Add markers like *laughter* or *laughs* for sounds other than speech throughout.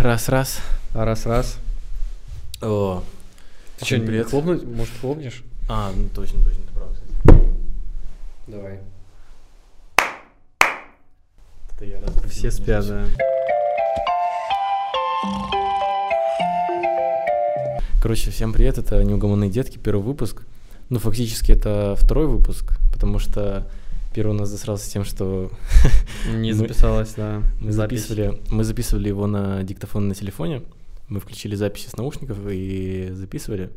Раз-раз. А раз-раз. О, Ты что, не Привет. хлопнуть? Может, хлопнешь? а, ну точно, точно, ты прав, кстати. Давай. Это я раз- Все спят, да. Короче, всем привет, это «Неугомонные детки», первый выпуск. Ну, фактически, это второй выпуск, потому что первый у нас засрался тем, что Не Ну, Мы- записалась, да. мы запись. записывали, мы записывали его на диктофон на телефоне, мы включили записи с наушников и записывали.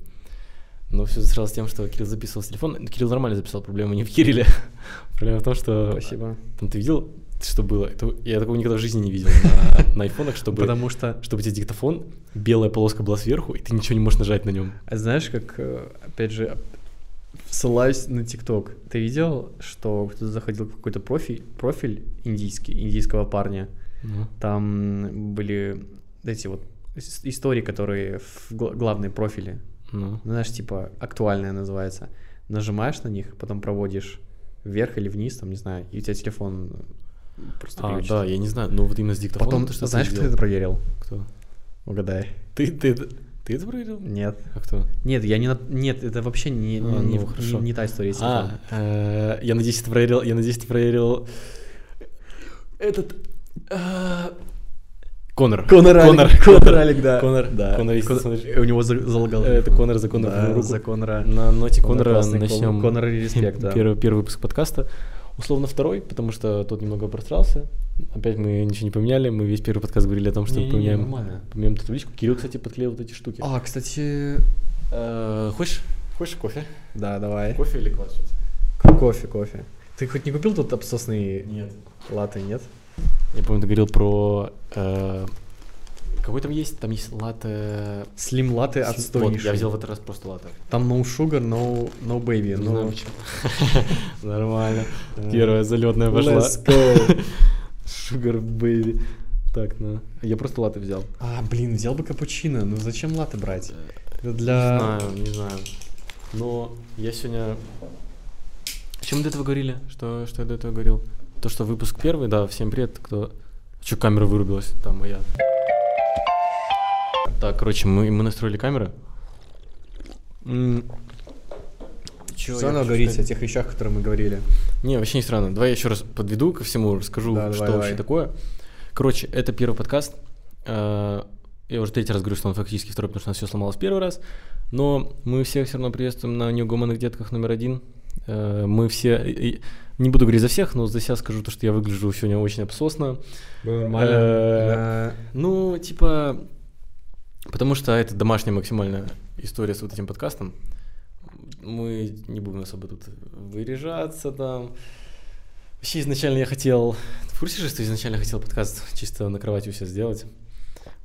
Но все засралось тем, что Кирилл записывал с телефона. Ну, Кирилл нормально записал, проблема не в Кирилле. *laughs* Проблема в том, э, что... Спасибо. Там ты видел, что было? Это- Я такого никогда в жизни не видел на- на айфонах, чтобы... Потому что, чтобы тебе диктофон, белая полоска была сверху, и ты ничего не можешь нажать на нем. а знаешь, как, э, опять же, оп- ссылаюсь на ТикТок. Ты видел, что кто-то заходил в какой-то профиль, профиль индийский, индийского парня? Ну, Там были эти вот ис- истории, которые в гла- главные профили. Ну. Ну, знаешь, типа актуальная называется. Нажимаешь на них, потом проводишь вверх или вниз, там, не знаю, и у тебя телефон э, просто А, глючит. да, я не знаю, но вот именно с диктофоном... Потом, ты что что-то знаешь, кто сделал. это проверил? Кто? Угадай. Ты, ты, это- ты это проверил? Нет. А кто? Нет, я не... над- Нет, это вообще не, А, не- не, ну, в- хорошо. не- не та история. с А, телефоном. э, я надеюсь, ты проверил, я надеюсь, ты проверил... Этот... э, Конор. Конор Конор. Алик. *laughs* Конор Алик, да. Конор, да. Конор, если Кон- ты смотришь. У него за- залагал. Э, Это телефон. Конор за Конора Да, в руку. за Конора. На ноте Конор Конора классный, Кон- начнем. Конора и респект, да. Первый, первый выпуск подкаста. Условно второй, потому что тот немного прострался. Опять мы ничего не поменяли. Мы весь первый подкаст говорили о том, что Не-не-не, поменяем, нормально. поменяем эту табличку. Кирилл, кстати, подклеил вот эти штуки. А, кстати... Э, хочешь? Хочешь кофе? Да, давай. Кофе или квас? К- Кофе, кофе. Ты хоть не купил тут абсосные Нет. латы, нет? Я помню, ты говорил про... э, какой там есть? Там есть латте... Слим латы Вот, я отстойнейшие. взял в этот раз просто латте. Там no sugar, no, no Не baby. no- *laughs* знаю, почему. Нормально. Э, Первая залетная пошла. Let's go. *laughs* Sugar baby. Так, ну. Я просто латы взял. А, блин, взял бы капучино. Ну зачем латы брать? Это для... Не знаю, не знаю. Но я сегодня... О чем мы до этого говорили? Что, что я до этого говорил? То, что выпуск первый, да, всем привет, кто... Че, камера вырубилась? Там моя. Так, короче, мы, мы настроили камеры. Че, Все равно говорить о тех вещах, которые мы говорили. Не, вообще не странно. Давай я еще раз подведу ко всему, расскажу, Да, что давай, вообще давай. такое. Короче, это первый подкаст. Э, Я уже третий раз говорю, что он фактически второй, потому что у нас все сломалось в первый раз. Но мы всех все равно приветствуем на неугомонных детках номер один. Э, Мы все... и- и- Не буду говорить за всех, но за себя скажу то, что я выгляжу сегодня очень обсосно. Э, Ну, типа, потому что это домашняя максимальная история с вот этим подкастом. Мы не будем особо тут выряжаться там. Вообще изначально я хотел... Ты в курсе же, что изначально я хотел подкаст чисто на кровати у себя сделать?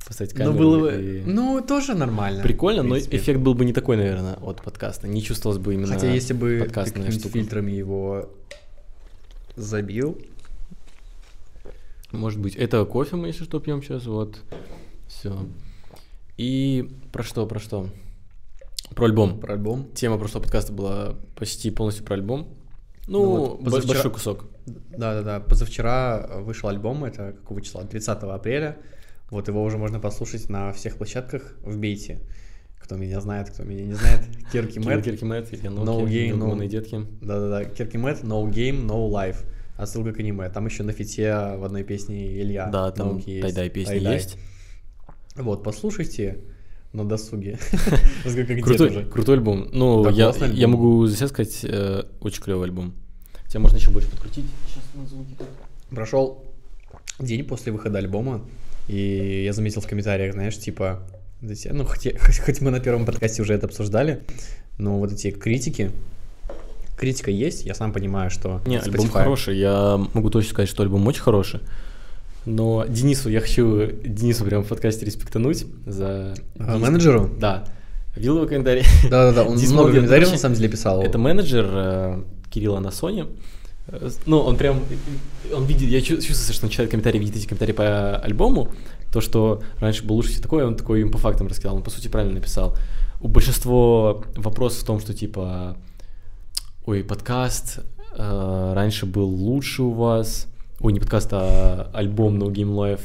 Поставить камеру Ну, было бы... и- Ну, тоже нормально. Прикольно, в но принципе. эффект был бы не такой, наверное, от подкаста. Не чувствовалось бы именно Хотя если бы ты подкастная какими-нибудь штука. фильтрами его забил. Может быть. Это кофе мы, если что, пьем сейчас. Вот. Все. И про что, про что? Про альбом. Про альбом. Тема прошлого подкаста была почти полностью про альбом. Ну, вот бо- позавчера- большой кусок. Да-да-да, позавчера вышел альбом, это какого числа? 30 апреля. Вот его уже можно послушать на всех площадках. Вбейте. Кто меня знает, кто меня *laughs* не знает. Кирки Мэтт. Киркимет, No Яноки, gay, no- Гуманные детки. Да-да-да, Кирки Мэтт, No Game, No Life. Отсылка к аниме. Там еще на фите в одной песне Илья. Да, там Науки есть. тайдай песни Тайдай. есть. Вот, послушайте на *laughs* досуге. Сколько где Крутой, тоже. крутой альбом. Ну, Да, я, классный я альбом. могу за себя сказать, э, очень клевый альбом. Тебя можно еще больше подкрутить. Сейчас на звуки как. Прошел день после выхода альбома, и я заметил в комментариях, знаешь, типа, вот эти- ну, хоть, я- *laughs* хоть- хоть мы на первом подкасте уже это обсуждали, но вот эти критики, критика есть, я сам понимаю, что Не, альбом Spotify- хороший. Я могу точно сказать, что альбом очень хороший. Но Денису я хочу Денису прям в подкасте респектануть за А, Денис- менеджеру? Да. Видел его комментарий? Да-да-да, он Здесь много много комментариев вообще- на самом деле писал. Это менеджер э, Кирилла на Sony. Э, с- Ну, он прям, э, он видит, я чу- чувствую, что он читает комментарии, видит эти комментарии по альбому, то, что раньше было лучше все такое, он такой им по фактам рассказал, он, по сути, правильно написал. У большинства вопросов в том, что, типа, ой, подкаст э, раньше был лучше у вас, Ой, не подкаст, а альбом No Game Life.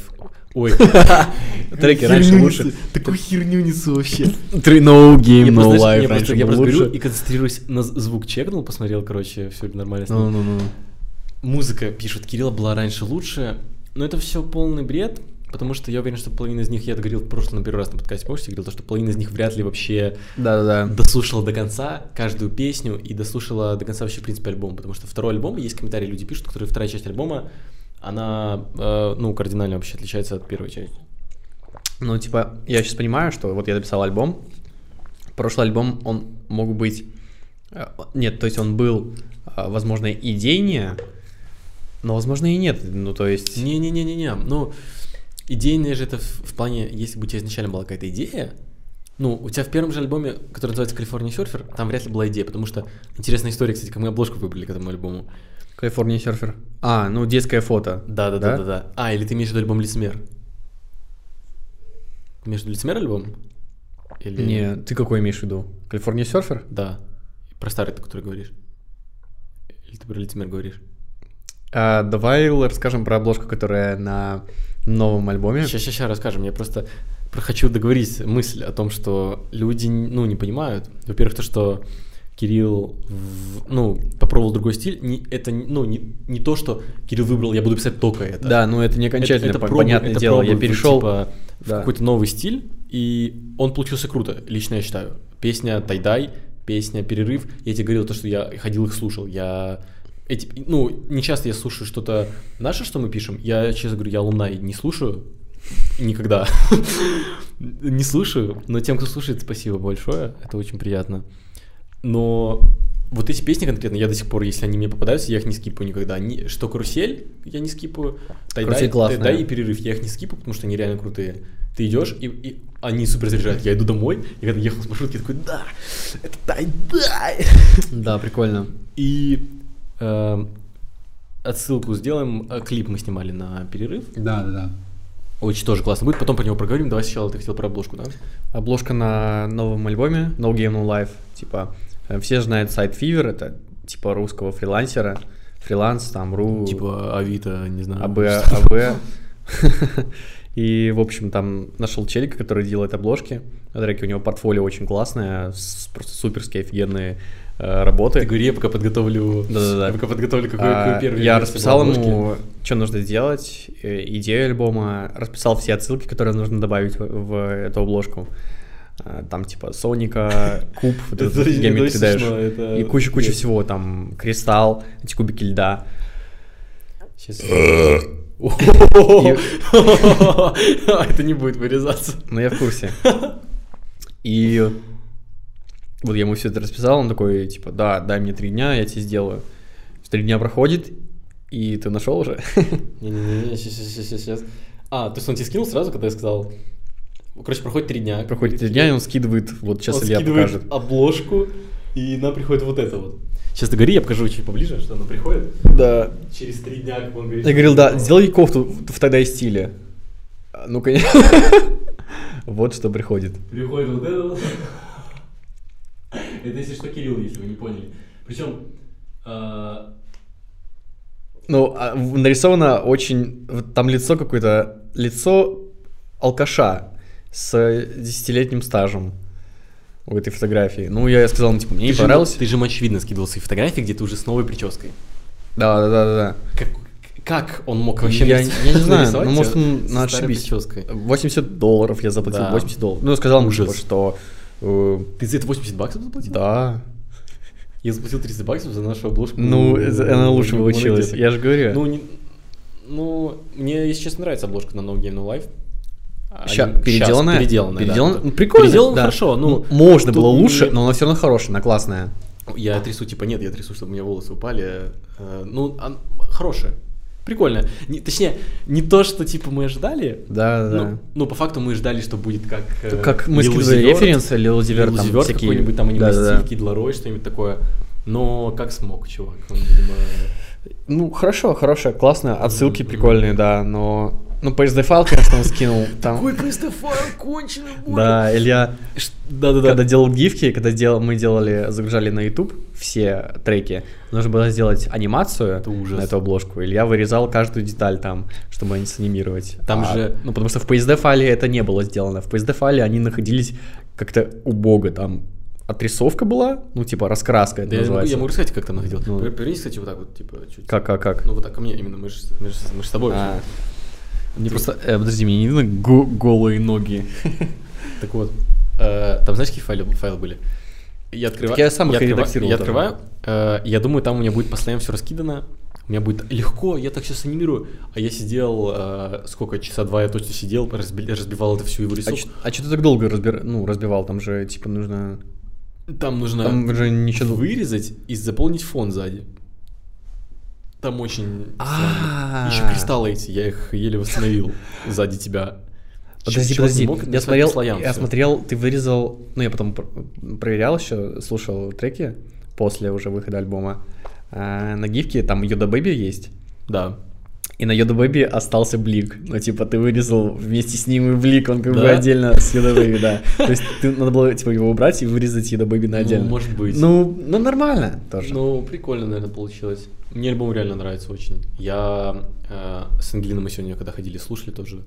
Ой, *laughs* Треки Херню раньше несу, *laughs* лучше. Такую херню несу вообще. Три no game, Я просто, no знаешь, life. я просто- раньше я было просто беру лучше. и концентрируюсь на з- звук. Чекнул, посмотрел, короче, все нормально. с ним. Ну, ну, ну. Музыка, пишут, Кирилла была раньше лучше. Но это все полный бред, потому что я уверен, что половина из них, я это говорил в прошлом, на первый раз на подкасте, помнишь, я говорил, то, что половина из них вряд ли вообще Да-да-да. дослушала до конца каждую песню и дослушала до конца вообще, в принципе, альбом. Потому что второй альбом, есть комментарии, люди пишут, которые вторая часть альбома, она, э, ну, кардинально вообще отличается от первой части. Ну, типа, я сейчас понимаю, что вот я написал альбом. Прошлый альбом, он мог быть... э, Нет, то есть он был, э, возможно, идейнее, но, возможно, и нет. Ну, то есть... Не-не-не-не-не, ну, идейная же это в, в плане, если бы у тебя изначально была какая-то идея, ну, у тебя в первом же альбоме, который называется «Калифорния серфер», там вряд ли была идея, потому что интересная история, кстати, как мы обложку выбрали к этому альбому. Калифорния серфер. А, ну, детское фото. Да? Да-да-да-да-да. А, или ты имеешь в виду альбом «Лицемер»? Между «Лицемер» альбом? Или... Не, ты какой имеешь в виду? Калифорния серфер? Да. Про старый ты, который говоришь. Или ты про «Лицемер» говоришь? А, давай л- расскажем про обложку, которая на новом альбоме. Сейчас, сейчас, расскажем. Я просто про- хочу договорить мысль о том, что люди ну, не понимают. Во-первых, то, что Кирилл в- ну, попробовал другой стиль, не- это не- ну, не, не то, что Кирилл выбрал, я буду писать только это. Да, ну это не Это- окончательно, это пон- пробы- понятное это дело. пробы, Я вот, перешел... типа, в Да. какой-то новый стиль, и он получился круто, лично я считаю. Песня «Тайдай», песня «Перерыв». Я тебе говорил то, что я ходил их слушал. Я эти, ну, не часто я слушаю что-то наше, что мы пишем. Я, честно говорю, я луна не слушаю никогда. *laughs* Не слушаю, но тем, кто слушает, спасибо большое. Это очень приятно. Но вот эти песни конкретно, я до сих пор, если они мне попадаются, я их не скипаю никогда. Ни- что «Карусель» я не скипаю, «Тайдай», «Карусель» классная. «Тайдай» и «Перерыв» я их не скипаю, потому что они реально крутые. Ты идешь, и, и они супер заряжают. Я иду домой, и когда ехал с маршрутки, я такой, да, это «Тайдай». *laughs* Да, прикольно. И эм, отсылку сделаем. Э, Клип мы снимали на «Перерыв». Да, да, да. Очень тоже классно будет, потом про него проговорим. Давай сначала ты хотел про обложку, да? Обложка на новом альбоме No Game No Life. Типа, э, все знают сайт Fever, это типа русского фрилансера. Фриланс, там, ру, Типа Авито, не знаю. АБ, что. АБ. *laughs* И, в общем, там нашел челика, который делает обложки. Треки у него портфолио очень классное, с- просто суперские, офигенные э, работы. Ты говори, я пока подготовлю. Да-да-да. Я пока подготовлю какой, А, какой первый. Я версию расписал обложки. ему, что нужно сделать, э, идею альбома, расписал все отсылки, которые нужно добавить в, в эту обложку. А, Там *laughs* типа Соника, Куб, вот Это этот очень- это геометрий очень Dash, смешно, это- и куча-куча Нет. всего, там Кристалл, эти кубики льда. Щас. *laughs* А, Это не будет вырезаться. Но Ну, я в курсе. И вот я ему все это расписал, он такой, типа, да, дай мне три дня, я тебе сделаю. Три дня проходит, и ты нашел уже? *laughs* Не-не-не, сейчас, сейчас, сейчас, сейчас. А, то есть он тебе скинул сразу, когда я сказал? Короче, проходит три дня. Проходит три дня, и он скидывает, вот сейчас Он Илья скидывает покажет. обложку, и нам приходит вот это вот. Сейчас ты говори, я покажу чуть поближе, что она приходит. Да. Через три дня, как он говорит. Я говорил, да, сделай кофту в в тогда и стиле. А, Ну, конечно. *laughs* Вот что приходит. Приходит вот это вот. Это если что, Кирилл, если вы не поняли. Причем, э, Ну, а в- нарисовано очень... вот Там лицо какое-то... Лицо алкаша с десятилетним стажем у этой фотографии. Ну, я сказал ему, типа, мне не ты же- понравилось. Ты же, очевидно, скидывал свои фотографии, где ты уже с новой прической. Да-да-да-да. Как, как он мог вообще Я- нарис- я не знаю, нарисовать ну, может, тебя он- со надо старой ошибись. прической? 80 долларов я заплатил, Да. 80 долларов. Ну, я сказал ему, типа, Ужас. что... э, Ты за это 80 баксов заплатил? Да. Я заплатил 30 баксов за нашу обложку. Ну, это- она лучше Луны получилась. где-то. Я же говорю. Ну, не- ну, мне, если честно, нравится обложка на No Game No Life. А, Ща, щас, переделанная? переделанная, да. Переделан- ну, прикольно, Переделана да. хорошо, ну, М- можно тут было не- лучше, но она все равно хорошая, она классная. Я трясу, типа, нет, я трясу, чтобы у меня волосы упали. Э, Ну, он- хорошая. Прикольно. Не- точнее, не то, что, типа, мы ожидали. Да, да. Ну, ну, по факту мы ждали, что будет как... э, Как мы Lil скидывали Uzi Vert, референсы, Лил Зивер, Lil там Uzi Vert всякие... какой-нибудь там аниме Да-да-да. стиль, Кид Ларой, что-нибудь такое. Но как смог, чувак. Он, видимо... Ну, хорошо, хорошая, классная, отсылки прикольные, да, но... Ну, PSD файл, конечно, он скинул там. просто файл конченый, Да, Илья, Да-да-да. когда делал гифки, когда дел- мы делали, загружали на YouTube все треки. Нужно было сделать анимацию Это ужас. на эту обложку. Или я вырезал каждую деталь там, чтобы они санимировать. Там А, же- Ну, потому что в PSD-файле это не было сделано. В PSD-файле они находились как-то убого. Там отрисовка была, ну, типа раскраска это Да я, могу, называется. я могу рассказать, как там находил. Ну. Пер- Повернись, кстати, вот так вот, типа, чуть. Как, как, как? Ну, вот так ко мне именно, мы же, мы же, мы же с тобой. А. Мне просто... э, подожди, мне не видно го- голые ноги. Так вот, э, там знаешь, какие файлы, файлы были? Я открываю. Так я сам их и открываю- редактировал Я там. открываю. э, я думаю, там у меня будет постоянно все раскидано. У меня будет легко, я так сейчас анимирую. А я сидел, э, сколько часа два я точно сидел, разби- разбивал это всю его А рисовку. чё- А что ты так долго разбира- ну, разбивал? Там же, типа, нужно... Там нужно Там же ничего... вырезать и заполнить фон сзади. Там очень... А. Еще кристаллы эти, я их еле *laughs* восстановил сзади тебя. Подожди, Чё- чё ты подожди, не мог я написать смотрел, по слоям я всё? смотрел, ты вырезал, ну я потом пр- проверял еще, слушал треки после уже выхода альбома. А, на гифке там Йода Бэби есть, Да. и на Йода Бэби остался блик. Ну типа ты вырезал вместе с ним и блик, он как бы Да? отдельно с Йода Бэби, да. То есть ты- надо было типа его убрать и вырезать Йода Бэби на Ну, отдельно. может быть. Ну, ну нормально тоже. Ну, прикольно, наверное, получилось. Мне альбом реально нравится очень. Я э, с Ангелиной мы сегодня, когда ходили, слушали тоже.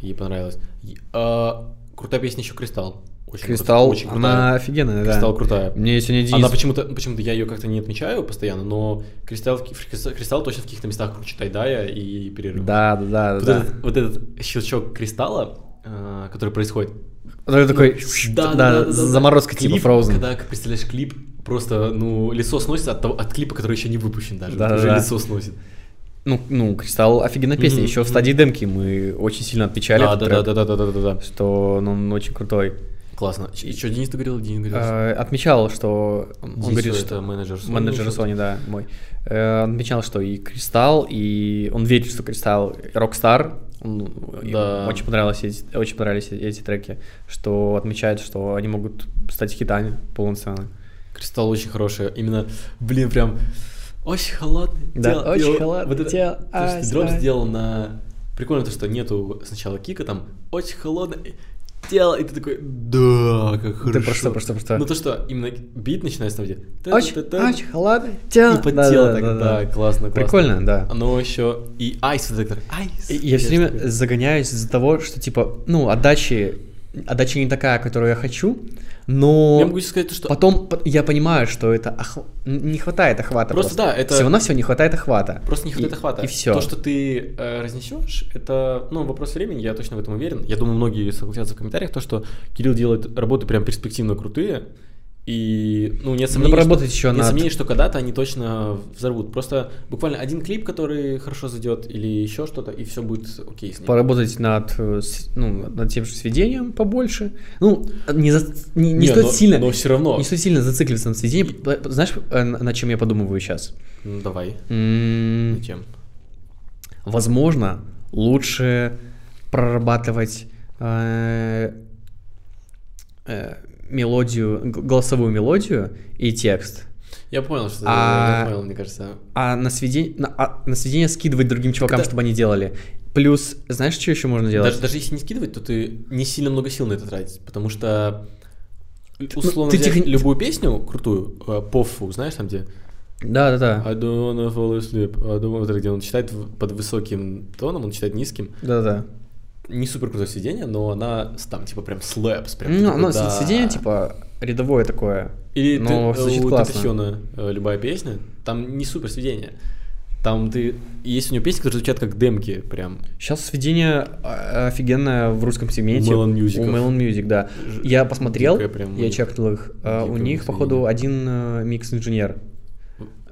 Ей понравилось. И, а, крутая песня еще «Кристалл». Очень Кристалл, крут- очень она крутая. офигенная, да. «Кристалл» крутая. Мне сегодня Денис... Она почему-то, почему-то я ее как-то не отмечаю постоянно, но «Кристалл», в ки- в «Кристалл» «Кристалл» точно в каких-то местах круче Тайдая и перерыв. Да, да, да, Вот, да. Этот, вот этот щелчок кристалла, э, который происходит. Такой, такой, Ну, да, заморозка типа Клип, Frozen. Когда как представляешь клип, просто ну лицо сносится от, того, от клипа, который еще не выпущен даже. Да, уже да. лицо сносит. Ну, ну, Кристалл офигенная песня. Мгм, Еще в мгм. стадии демки мы очень сильно отмечали. Да, этот да, да, трек, да, да, да, да, да, да. Что ну, он очень крутой. Классно. И что Денис ты говорил? Денис говорил. Э, отмечал, что он Денис, говорит, это что менеджер Sony. менеджер что-то. Sony, да, мой. Э, он отмечал, что и Кристалл, и он верит, что Кристалл Рокстар. Он- им Да. Очень понравилось эти, очень понравились э- эти треки, что отмечает, что они могут стать хитами полноценно. Кристалл очень хорошая. Именно, блин, прям очень холодный. Да, тело. очень И вот- холодный Вот это, тело. то, что Ай, ты дроп ай. сделал на... Прикольно то, что нету сначала кика, там очень холодное тело, и ты такой, да, как хорошо. Ты просто, просто, просто. Ну то, что именно бит начинается там, где... Очень, та-та-та-та. очень холодное И тело. под Да, тело да, так, да, да. да, классно, классно. Прикольно, да. Оно еще и айс детектор. Айс. И Я все время загоняюсь из-за того, что типа, ну, отдачи, отдача не такая, которую я хочу, Я но могу сказать, то, что потом по- я понимаю, что это охва- н- не хватает охвата. Просто да, это- всего на всего не хватает охвата. Просто не хватает И- охвата. И все. То, что ты разнесешь, это ну, вопрос времени, я точно в этом уверен. Я думаю, многие согласятся в комментариях, то, что Кирилл делает работы прям перспективно крутые. И, ну, нет сомнений, поработать что, еще нет над- сомнений, что когда-то они точно взорвут. Просто буквально один клип, который хорошо зайдет, или еще что-то, и все будет окей с ним. Поработать над, э, с- ну, над тем же сведением побольше. Ну, не, за- не, не Не, стоит но- сильно. Но все равно. Не стоит сильно зацикливаться на сведении. П- п- Знаешь, э, на на чем я подумываю М-м, сейчас? Ну, давай. М, Зачем? возможно, лучше прорабатывать э, э, мелодию, г- голосовую мелодию и текст. Я понял, что А- я понял, мне кажется. А на сведение, на, а на сведение скидывать другим чувакам, это- чтобы они делали. Плюс, знаешь, что еще можно делать? Даже, даже если не скидывать, то ты не сильно много сил на это тратить, потому что условно Ну, ты взять техни- любую песню крутую, э, пофу, знаешь там где? Да, да, да. I don't wanna fall asleep, I don't wanna- вот это где он читает в- под высоким тоном, он читает низким. Да, да. Не супер крутое сведение, но она с- там типа прям слэпс. Прям Ну, такой, ну, да. сведение, типа, рядовое такое. Или ты, но э, звучит у классно. Тетосиона, э, любая песня, там не супер сведение. Там ты... Есть у него песни, которые звучат как демки прям. Сейчас сведение э, офигенное в русском сегменте. Melon Music. У Melon Music, да. Ж- Я посмотрел, дикая прям у я них. чекнул их. а, у Дикое них, выстроение. походу, один э, микс-инженер.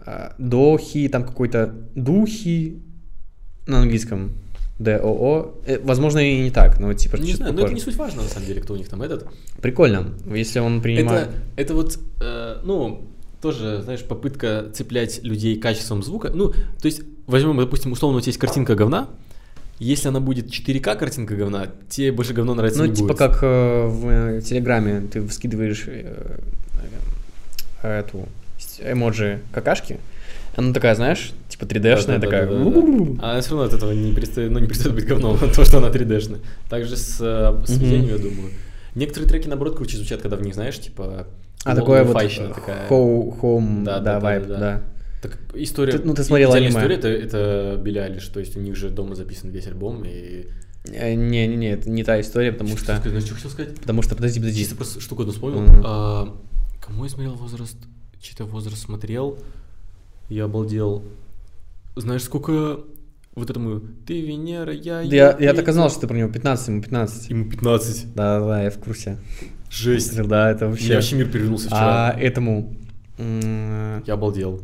А, Дохи, там какой-то духи на английском. ДОО. Э, возможно, и не так, но типа Не что-то знаю, но это похоже. не суть важно, на самом деле, кто у них там этот. Прикольно, если он принимает. Это, это вот, э, ну, тоже, знаешь, попытка цеплять людей качеством звука. Ну, то есть, возьмем, допустим, условно, у тебя есть картинка говна. Если она будет 4К картинка говна, тебе больше говно нравится Ну, не типа будет. как э, в э, Телеграме ты скидываешь э, э, эту с- эмоджи какашки. Она такая, знаешь, типа 3D-шная Да-да-да-да-да-да. такая. А она все равно от этого не перестает, ну, не перестает быть говном, *laughs* то, что она 3D-шная. Также с э, с Мгм. сведением, я думаю. Некоторые треки, наоборот, круче звучат, когда в них, знаешь, типа А такое вот лоу-файщина такая. хоу- хоум, Да, да, да, да, вайб, да. да. Так история... Ты- ну, ты смотрел идеальная аниме. история, это, это Билли Айлиш, то есть у них же дома записан весь альбом, и... Э, Не-не-не, это не та история, потому что... Знаешь, что хотел сказать? Потому что, подожди, подожди. Чисто просто штуку одну вспомнил. Мгм. А, кому я смотрел возраст? Чей-то возраст смотрел. Я обалдел. Знаешь, сколько... Вот этому... Ты Венера, я... Да Я, я так и Юпитер». знал, что ты про него 15, ему 15. Ему 15. Да-да, я в курсе. Жесть. Да, это У меня вообще... вообще мир перевернулся А вчера. этому... м, э, Я обалдел.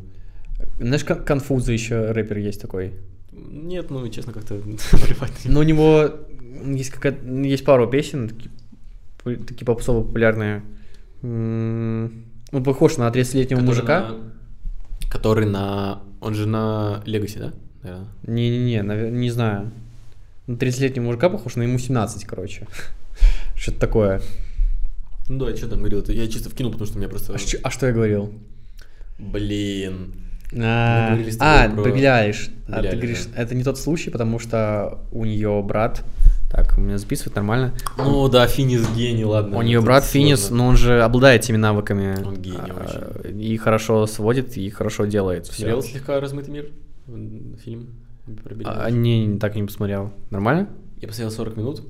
Знаешь, Кон- Конфуза еще рэпер есть такой. Нет, ну, честно, как-то *laughs* плевать. Но Ну, у него есть какая есть пару песен, такие, пу- такие попсово популярные. М, Он похож на 30-летнего Который мужика. на- Который на... Он же на Легаси, да? Наверное. Не-не-не, навер- не знаю. На 30-летнего мужика похож, но ему 17, короче. *laughs* Что-то такое. Ну да, что там говорил? Это Я чисто вкинул, потому что у меня просто... А, чё- а что я говорил? Блин. А, говорили с тобой а, про- про Билли Айлиш. А Билли ты Айлиш, говоришь, это не тот случай, потому что у нее брат. Так, у меня записывает нормально. Ну да, Финис гений, ладно. у нее тут брат Финис, ну, сложно. но он же обладает теми навыками. Он гений а, И хорошо сводит, и хорошо делает. всё. Смотрел слегка «Размытый мир» м, фильм про Билли А, Айлиш? не, не, так и не посмотрел. Нормально? Я посмотрел 40 минут.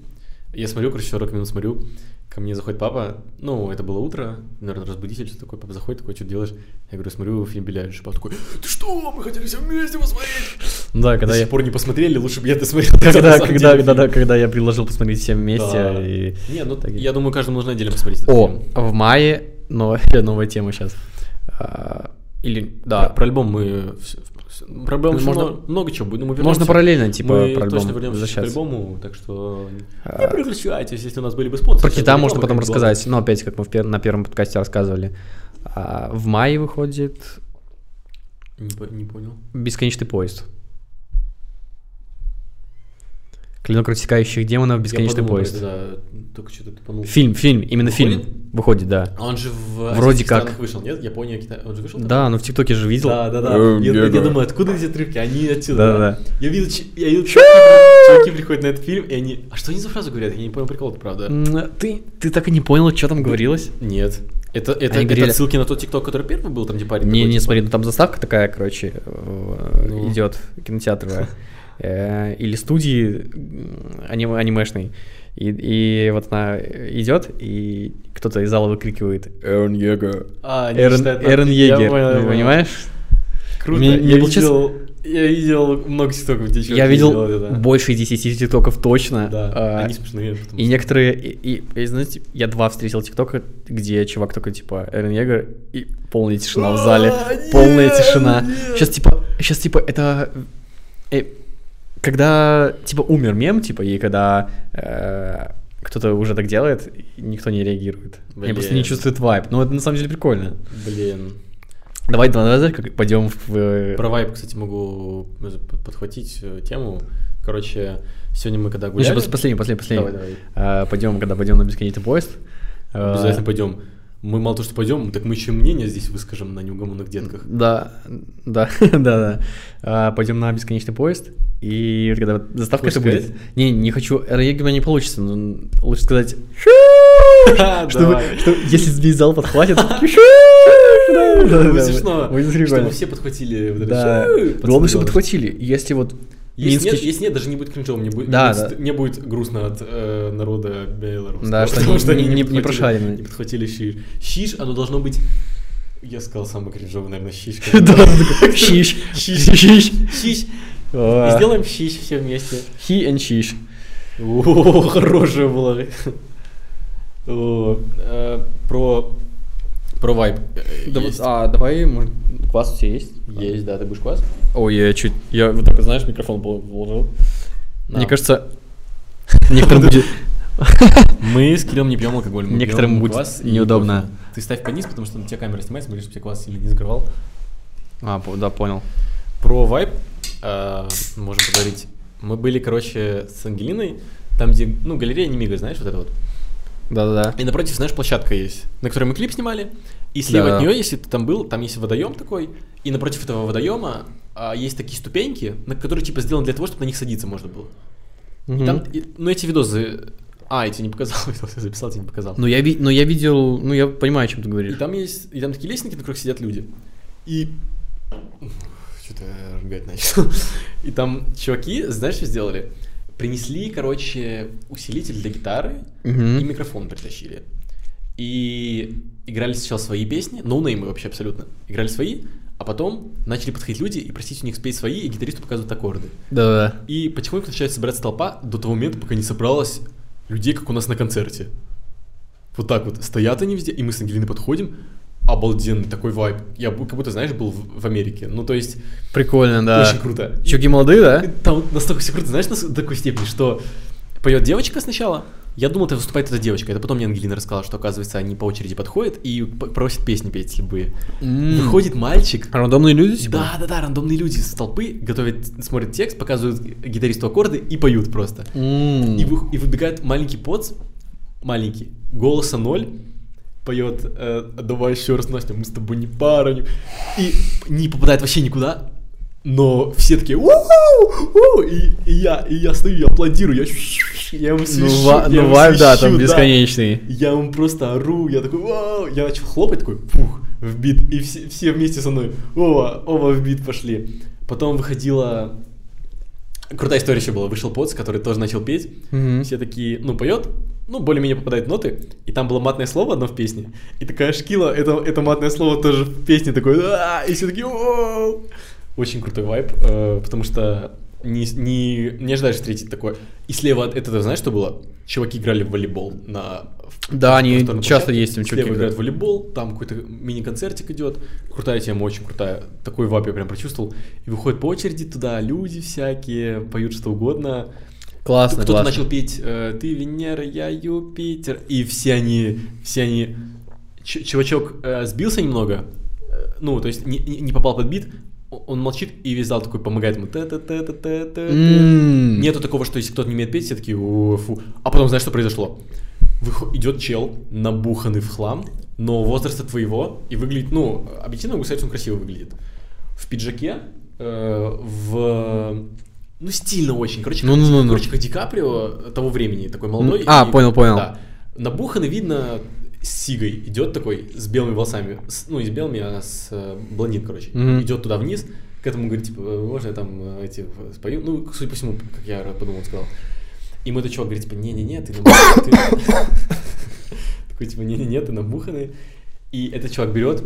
Я смотрю, короче, 40 минут смотрю. Ко мне заходит папа. Ну, это было утро. Наверное, разбудитель, что такое. Папа заходит, такой, что ты делаешь? Я говорю, смотрю фильм Билли Айлиш». Папа такой, ты что, мы хотели все вместе посмотреть. Ну Когда Да, когда До *laughs* я... сих пор не посмотрели, лучше бы я это смотрел. *laughs* Когда, когда, да, да, когда я предложил посмотреть всем вместе. и- Не, ну, Так и- я думаю, каждому нужно отдельно посмотреть этот О, фильм. в мае, но новая *laughs* тема сейчас. Или, да, Про, про альбом мы... всё- всё- Про альбом Ну, ещё можно- много, много чего будет. но мы можно вернёмся. параллельно, типа, мы про точно альбом вернемся сейчас к возвращаться. альбому, так что не А. переключайтесь, если у нас были бы спонсоры. Про кита можно потом рассказать, но опять, как мы в пер- на первом подкасте рассказывали. А, в мае выходит Не, по- не понял. «Бесконечный поезд». Клинок рассекающих демонов, Я «Бесконечный подумал, поезд». это, да, только что-то тупанул. Фильм, фильм, именно фильм Выходит? выходит, да. А Он же в Вроде азиатских как. странах вышел, нет? Япония, Китай, он же вышел? там? Да, ну в ТикТоке же видел. Да, да, да. Э, Я, я да. думаю, откуда эти отрывки? Они отсюда. Да, да. Я видел, ч- я видел, чуваки, чуваки приходят на этот фильм, и они... А что они за фразу говорят? Я не понял прикол, правда. М, Ты, ты так и не понял, что там говорилось? Нет. Это, это, Они это говорили- ссылки на тот ТикТок, который первый был, там, где парень... Не, такой, не, типа, смотри, ну там заставка такая, короче, э, Ну. идет кинотеатровая. Э, Или студии м, аним- анимешной. И, и вот она идет, и кто-то из зала выкрикивает «Эрон Егер». А, они Эрон, читают Эрон надпись. Я Егер, понял, я ну, понял. понимаешь? Круто. Мне- я, мне было видел, я видел много тиктоков, где чуваки Я видел делают это. больше 10 тиктоков точно. Да, а, они смешные. потому И что- некоторые, и, и- и, знаете, я два встретил тиктока, где чувак такой, типа, Эрен Егер, и полная тишина в зале, А, нет, полная тишина. нет. Сейчас, типа, сейчас, типа, это... э, когда, типа, умер мем, типа, и когда э, кто-то уже так делает, и никто не реагирует. Они просто не Блин. чувствуют вайп. Ну, это на самом деле прикольно. Блин. Давай, давай, давай, знаешь, как пойдем в... э, Про вайп, кстати, могу под- подхватить э, тему. Короче, сегодня мы когда Ну, гуляли... сейчас пос- последний, последний, последний. Давай, давай. А, пойдем, когда пойдем на бесконечный поезд. а, э, Обязательно пойдем. Мы мало то, что пойдем, так мы еще и мнение здесь выскажем на неугомонных детках. Да, *laughs* да, да, да. А, пойдем на бесконечный поезд. И вот когда вот заставка Хочешь это будет. Не, не хочу. Эрегима не получится. но лучше сказать. *laughs* Да, *laughs* Чтобы, давай. что- если весь зал *laughs* подхватит. *laughs* Будет Будет смешно. Будет Чтобы прикольно. все подхватили. вот это Да. «Шу!» под Главное, Спидола. чтобы подхватили. *laughs* Если вот *laughs* Если нет, Минский- если нет, даже не будет кринжово, мне будет, Да, не, будет да. ст- не будет грустно от э, народа Беларуси. Да, что они не- не- не прошарены. Не подхватили щиш. Щиш, оно должно быть... Я сказал самый кринжовый, наверное, *laughs* щиш. Да, щищ. Щищ. *laughs* Щищ. Щищ. И А, сделаем щищ все вместе. He and sheesh. О, хорошее было. О, э, Про... Про вайб. Э, есть. А, давай, может, квас у тебя есть? Есть, да, ты будешь класс? Ой, я чуть... Я Э, вот так, знаешь, микрофон пол- положил. Да. Мне *laughs* кажется, некоторым будет... Мы с Кириллом не пьем алкоголь. мы Некоторым пьем будет квас и неудобно. кофе. Ты ставь пониз, потому что у тебя камера снимает, смотри, чтобы тебя квас сильно не закрывал. А, по- да, понял. Про вайб э, можем поговорить. Мы были, короче, с Ангелиной, там, где, ну, галерея Немига, знаешь, вот это вот. Да-да-да. И напротив, знаешь, площадка есть, на которой мы клип снимали. И слева Да. от нее, если ты там был, там есть водоем такой. И напротив этого водоема а, есть такие ступеньки, на которые типа сделаны для того, чтобы на них садиться можно было. И Мгм. там, и- ну, эти видосы А, я тебе не показал, *laughs* я записал, тебе не показал. Но Ну, я, ви- но я видел, ну я понимаю, о чем ты И говоришь. там есть, и там такие лестники, на которых сидят люди. И что-то я рыгать начал. И там чуваки, знаешь, что сделали? Принесли, короче, усилитель для гитары Мгм. и микрофон притащили. И играли сначала свои песни, ноунеймы вообще абсолютно. Играли свои, а потом начали подходить люди и просить у них спеть свои, и гитаристу показывают аккорды. Да-да. И потихоньку начинает собираться толпа до того момента, пока не собралась людей, как у нас на концерте. Вот так вот. Стоят они везде, и мы с Ангелиной подходим. Обалденный такой вайб. Я бу- как будто, знаешь, был в, в Америке. Ну, то есть, Прикольно, да. очень круто. Чуваки молодые, да? И Там вот настолько все круто, знаешь, нас- до такой степени, что поет девочка сначала. Я думал, это выступает эта девочка. Это потом мне Ангелина рассказала, что, оказывается, они по очереди подходят и п- просят песни петь любые. М. Выходит мальчик, Рандомные люди, типа? да, да, да, рандомные люди из толпы готовят, смотрят текст, показывают гитаристу аккорды и поют просто. М. И, вы- и выбегает маленький поц, маленький, голоса ноль, поет э, «Давай еще раз, Настя, мы с тобой не пара». не-» И не попадает вообще никуда, но все такие «Ууу! Ууу!» и, и я, и я стою, я аплодирую, я, я ему Ну, свищу, ва- я ну ему вайб, да, свищу, там бесконечный. я ему просто ору, я такой, вау, я начал хлопать, такой, пух, в бит, и все, все вместе со мной, ова, ова, в бит пошли. Потом выходила, крутая история еще была, вышел Поц, который тоже начал петь, Мгм. все такие, ну, поет, ну, более-менее попадает в ноты, и там было матное слово одно в песне, и такая шкила, это, это матное слово тоже в песне такое, «А», и все такие, «О». Очень крутой вайб, э, потому что не, не, не ожидаешь встретить такое. И слева от этого, знаешь, что было? Чуваки играли в волейбол на... в- Да, они просторной часто площадке. есть там чуваки Слева играют играют. в волейбол, там какой-то мини-концертик идет. Крутая тема, очень крутая. Такой вайп я прям прочувствовал. И выходят по очереди туда люди всякие, поют что угодно. Классно, Кто-то классно. начал петь э, «Ты Венера, я Юпитер», и все они, все они... Ч- чувачок э, сбился немного, э, ну, то есть не, не- не попал под бит, о- он молчит, и весь зал такой помогает ему. «Та-та-та-та-та-та». М. *laughs* Нету такого, что если кто-то не умеет петь, все такие «О, фу». А потом знаешь, что произошло? Выхо- идет чел, набуханный в хлам, но возраста твоего, и выглядит, ну, объективно, могу сказать, он красиво выглядит. В пиджаке, э, в... Ну, стильно очень. Короче, как- Ну-ну-ну-ну. короче, как Ди Каприо того времени, такой молодой. ну, А, понял, понял. Да. Набуханный, видно, с сигой идет такой, с белыми волосами. С- ну, не с белыми, а с э, блондин, короче. Мгм. Идет туда вниз, к этому говорит, типа, «Э, можно я там э, эти э, спою? Ну, судя по всему, как я подумал, он сказал. И мой этот чувак говорит, типа, не-не-не, ты набуханный. ты-» *laughs* Такой, типа, не-не-не, ты набуханный. И этот чувак берет,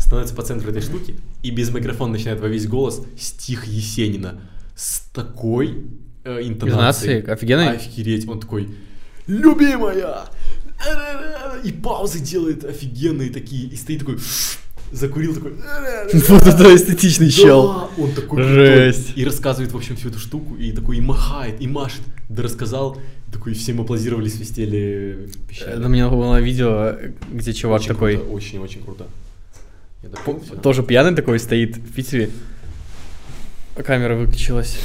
становится по центру этой штуки и без микрофона начинает во весь голос стих Есенина с такой э, интонацией. Интонацией? Офигенной? Охереть, он такой «Любимая!» И паузы делает офигенные такие, и стоит такой закурил такой *laughs* Вот это эстетичный чел. да, он такой крутой. Жесть. И рассказывает, в общем, всю эту штуку, и такой и махает, и машет. Да рассказал, такой всем аплодировали, свистели пищали. Это мне было видео, где Э, ну, чувак Очень такой, круто, Очень-очень круто. Я так- всё. тоже пьяный такой стоит в Питере. Камера выключилась.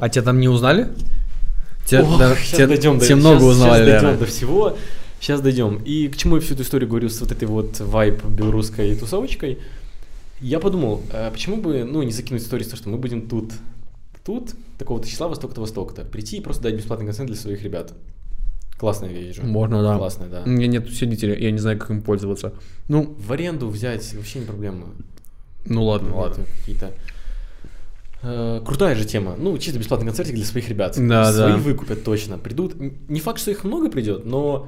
А тебя там не узнали? Тебя, Ох, да, щас тебя- дойдем до- тебя щас- много щас узнавали, дойдем наверное. до всего. Сейчас дойдем. И к чему я всю эту историю говорю с вот этой вот вайп белорусской тусовочкой. Я подумал, а почему бы, ну, не закинуть историю, что мы будем тут, тут, такого-то числа, во столько-то, во столько-то. Прийти и просто дать бесплатный концерт для своих ребят. Классная вещь же. Можно, да. Классная, да. У меня нет усилителя, я не знаю, как им пользоваться. Ну, В аренду взять вообще не проблема. ну ладно, Ну, ладно. это Какие-то Э, крутая же тема. Ну, чисто бесплатный концертик для своих ребят. Да, Свои да. выкупят точно. Придут. Н- Не факт, что их много придет, но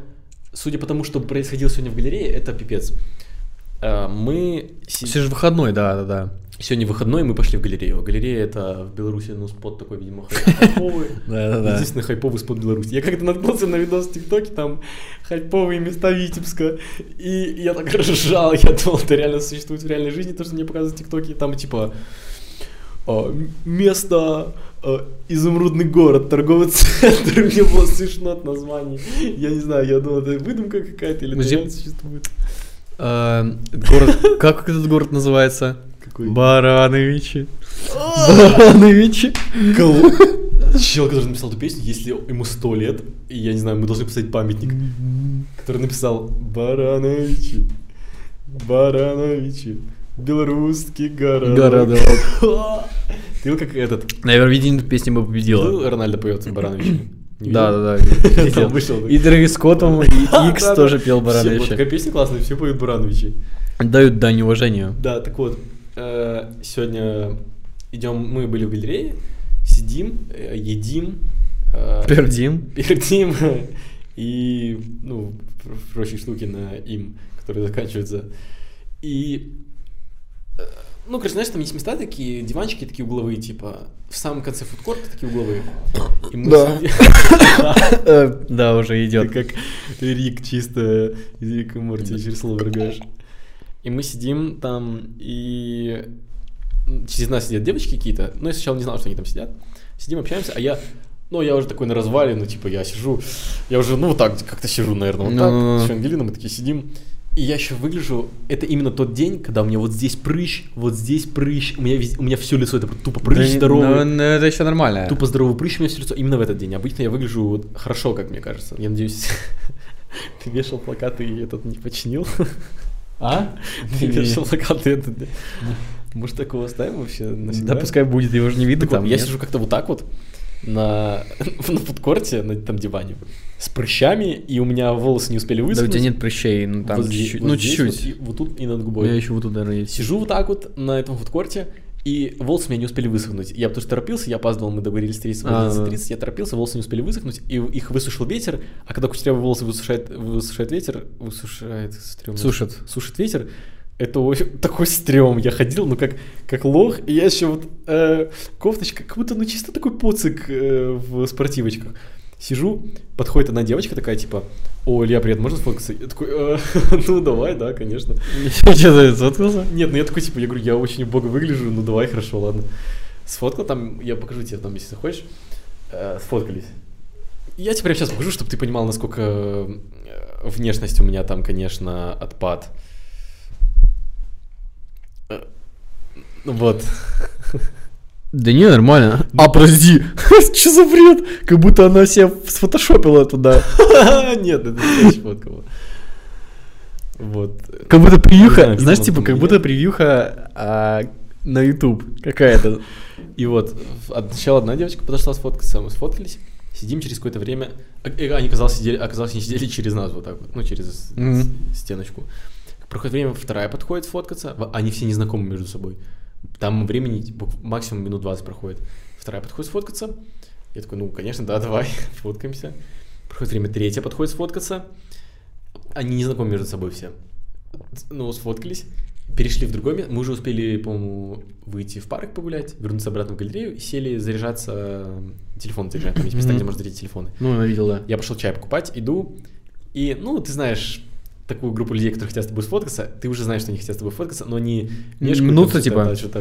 судя по тому, что происходило сегодня в галерее, это пипец. Э, Мы се- Все же выходной, да, да, да. сегодня выходной, мы пошли в галерею. Галерея это в Беларуси, ну, спот такой, видимо, *laughs* хайповый. Да, да, да. Единственный хайповый спот Беларуси. Я как-то наткнулся на видос в ТикТоке, там хайповые места Витебска. И я так ржал, я думал, это реально существует в реальной жизни, то, что мне показывают в ТикТоке. Там типа а, м- место а, изумрудный город, торговый центр. *laughs* Мне было смешно от названий. Я не знаю, я думал, это выдумка какая-то или это Музе- реально существует. Эм, Город, как этот город называется? Какой? Барановичи. Барановичи. *laughs* Кол- Чел, который написал эту песню, если ему сто лет, и я не знаю, мы должны поставить памятник. который написал Барановичи, Барановичи, белорусский город. Города. *laughs* Ты видел, как этот Наверное, видение песни бы видел, победила. Рональдо поет Барановичи? Ну, Не Да, видел? *laughs* да, да. Там видел. вышел. И Дрэвис Скоттом, и *laughs* Да, Икс да, тоже да. пел Все, вот Барановича. такая песня классная, все поют Барановичи. Дают дань уважению. Да, так вот, э, сегодня идем, мы были в галерее, сидим, э, едим. э, Пердим. пердим *laughs* и, ну, пр- прочие штуки на им, которые заканчиваются. И, э, ну, короче, знаешь, там есть места такие, диванчики такие угловые, типа, в самом конце фудкорта такие угловые. И мы Да. сидим- Э, Да, уже Ты идет. как Рик чисто из Рика и Морти через слово ругаешь. И мы сидим там, и через нас сидят девочки какие-то. Ну, я сначала не знал, что они там сидят. Сидим, общаемся, а я... Ну, я уже такой на развале, ну, типа, я сижу, я уже, ну, вот так как-то сижу, наверное, вот Ну. так, с Ангелиной мы такие сидим, и я еще выгляжу, это именно тот день, когда у меня вот здесь прыщ, вот здесь прыщ, у меня, везде- у меня все лицо, это тупо прыщ здоровый. это еще нормально. Тупо здоровый прыщ у меня все лицо именно в этот день. Обычно я выгляжу вот хорошо, как мне кажется. Я надеюсь, *laughs* ты вешал плакаты и этот не починил. А? *laughs* Ты вешал плакаты и этот... не- Может, такого оставим вообще навсегда? Да, пускай будет, его же не видно Так вот, там. я нет? сижу как-то вот так вот на, *laughs* на фудкорте, на там диване, с прыщами, и у меня волосы не успели Да у высохнуть. тебя нет прыщей, ну там Вот здесь- чуть-чуть. вот Ну здесь Вот, чуть-чуть. и вот тут и над У меня губой. еще вот тут, наверное, есть. Сижу вот так вот на этом фудкорте, и волосы у меня не успели высохнуть. Я потому что торопился, я опаздывал, мы договорились 30, А, да. 30, я торопился, волосы не успели высохнуть, и их высушил ветер, а когда кучерявые волосы высушает, высушает ветер, высушает стрёмно. Сушит. Сушит ветер, это очень- *laughs* такой стрём. Я ходил, ну как, как лох, и я еще вот э, кофточка, как будто ну чисто такой поцик э, в спортивочках. Сижу, подходит одна девочка такая, типа, о, Илья, привет, можно сфоткаться? Я такой, «Э, *laughs* ну давай, да, конечно. Че ты заткнулся? Нет, ну я такой, типа, я говорю, я очень убого выгляжу, ну давай, хорошо, ладно. Сфоткал там, я покажу тебе там, если захочешь. Э, сфоткались. Я тебе прямо сейчас покажу, чтобы ты понимал, насколько э, внешность у меня там, конечно, отпад. Э, Вот. *laughs* Да не, нормально. А, *laughs* подожди, че за бред? Как будто она себя сфотошопила туда. Нет, это не фотка была. Вот. Как будто Не превьюха, знаю, знаешь, видимо, типа, там как или будто нет. превьюха а, на YouTube какая-то. И вот, в- от- сначала одна девочка подошла сфоткаться, мы сфоткались, сидим через какое-то время, а- э, они, оказалось, сидели, оказалось, не сидели *laughs* через нас вот так вот, ну, через Мгм. с- стеночку. Проходит время, вторая подходит сфоткаться, в- они все незнакомы между собой. Там времени типа, максимум минут 20 проходит. Вторая подходит сфоткаться, я такой, ну, конечно, да, *laughs* давай, фоткаемся. Проходит время, третья подходит сфоткаться, они не знакомы между собой все. Ну, сфоткались, перешли в другой место. Мы уже успели, по-моему, выйти в парк погулять, вернуться обратно в галерею и сели заряжаться, э, телефон заряжать. Там есть места, Мгм. где можно зарядить телефоны. Ну, я видел, да. Я пошел чай покупать, иду, и, ну, ты знаешь такую группу людей, которые хотят с тобой сфоткаться, ты уже знаешь, что они хотят с тобой сфоткаться, но они мешкают, Мнутся, там типа. что-то,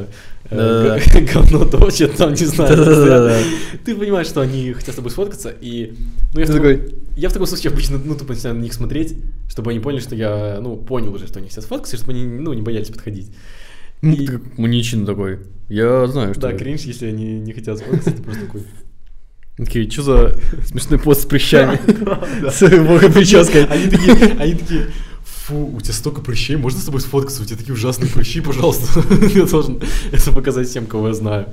э, Да-да-да. г- *laughs* говно точат, там, не знаю. Да-да-да-да. Ты понимаешь, что они хотят с тобой сфоткаться, и... Ну, я в Ты таком- такой, я в таком случае обычно, ну, тупо начинаю на них смотреть, чтобы они поняли, что я, ну, понял уже, что они хотят сфоткаться, и чтобы они, ну, не боялись подходить. ну, И- ты как маньячин такой. Я знаю, что... да, это». кринж, если они не хотят сфоткаться, ты просто *laughs* такой... Такие, что за смешной пост с *laughs* прыщами? *laughs* Да. С его прической. Они такие, они такие, фу, у тебя столько прыщей, можно с тобой сфоткаться? У тебя такие ужасные прыщи, пожалуйста. *laughs* Я должен это показать всем, кого я знаю.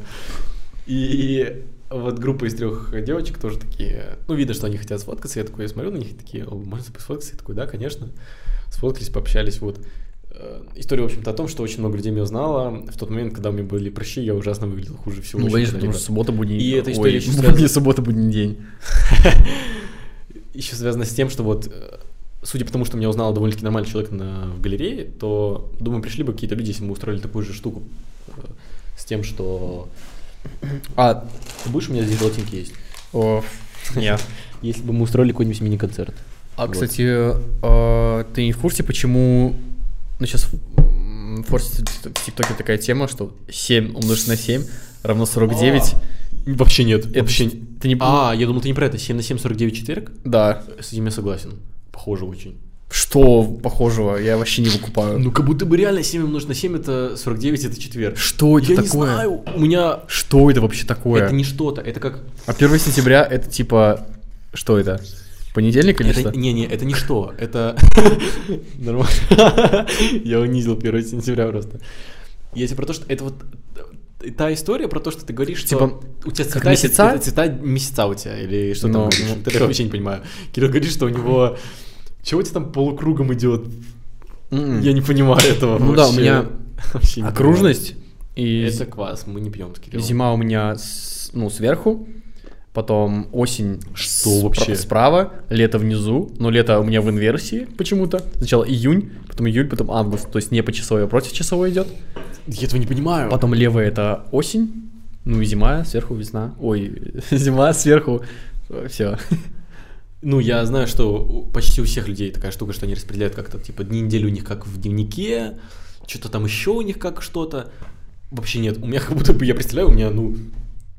И вот группа из трех девочек тоже такие, ну, видно, что они хотят сфоткаться. Я такой, я смотрю на них, и такие, «О, можно с тобой сфоткаться? Я такой, да, конечно. Сфоткались, пообщались, вот. Э, История, в общем-то, о том, что очень много людей меня узнало. В тот момент, когда у меня были прыщи, я ужасно выглядел хуже всего. Ну, очень конечно, потому когда-либо. что суббота будний И эта Ой, история еще будни- связана- суббота *laughs* будний день. *laughs* еще связано с тем, что вот, э, судя по тому, что меня узнал довольно-таки нормальный человек на, в галерее, то, думаю, пришли бы какие-то люди, если мы устроили такую же штуку э, с тем, что... А, ты будешь у меня здесь желатинки есть? О, нет. *laughs* Если бы мы устроили какой-нибудь мини-концерт. А, Вот. кстати, а, ты не в курсе, почему... Ну, сейчас форсится в ТикТоке такая тема, что 7 умножить на 7 равно 49. Вообще нет. Это вообще... ж- Ты не... А, я думал, ты не про это. 7 на 7, 49 четверг? Да. С этим я согласен. Похоже очень. Что похожего? Я вообще не выкупаю. Ну, как будто бы реально 7 умножить на 7 это 49, это четверг. что это я не такое? знаю. У меня... Что это вообще такое? Это не что-то. Это как... А 1 сентября это типа... Что это? Понедельник или что? Это, не, не, это не что, это... *laughs* Нормально. Я унизил 1 сентября просто. Я тебе про то, что это вот... и та история про то, что ты говоришь, что Типа, у тебя как цвета, месяца? это цвета месяца у тебя, или что там, Ну, говоришь? ну, Вот это я вообще не понимаю. Кирилл говорит, что у него... Чего у тебя там полукругом идет? М. Я не понимаю этого Ну да, у вообще. меня *laughs* Вообще не окружность и понимаю. Это квас, мы не пьем с Кириллом. зима у меня с- ну сверху, потом осень Что спра- вообще? справа, лето внизу, но лето у меня в инверсии почему-то. Сначала июнь, потом июль, потом август, то есть не по часовой, а против часовой идет. Я этого не понимаю. Потом левая это осень, ну и зима, сверху весна. Ой, *laughs* зима сверху, все. Ну, я знаю, что у- почти у всех людей такая штука, что они распределяют как-то, типа, дни недели у них как в дневнике, что-то там еще у них как что-то. Вообще нет, у меня как будто бы, я представляю, у меня, ну,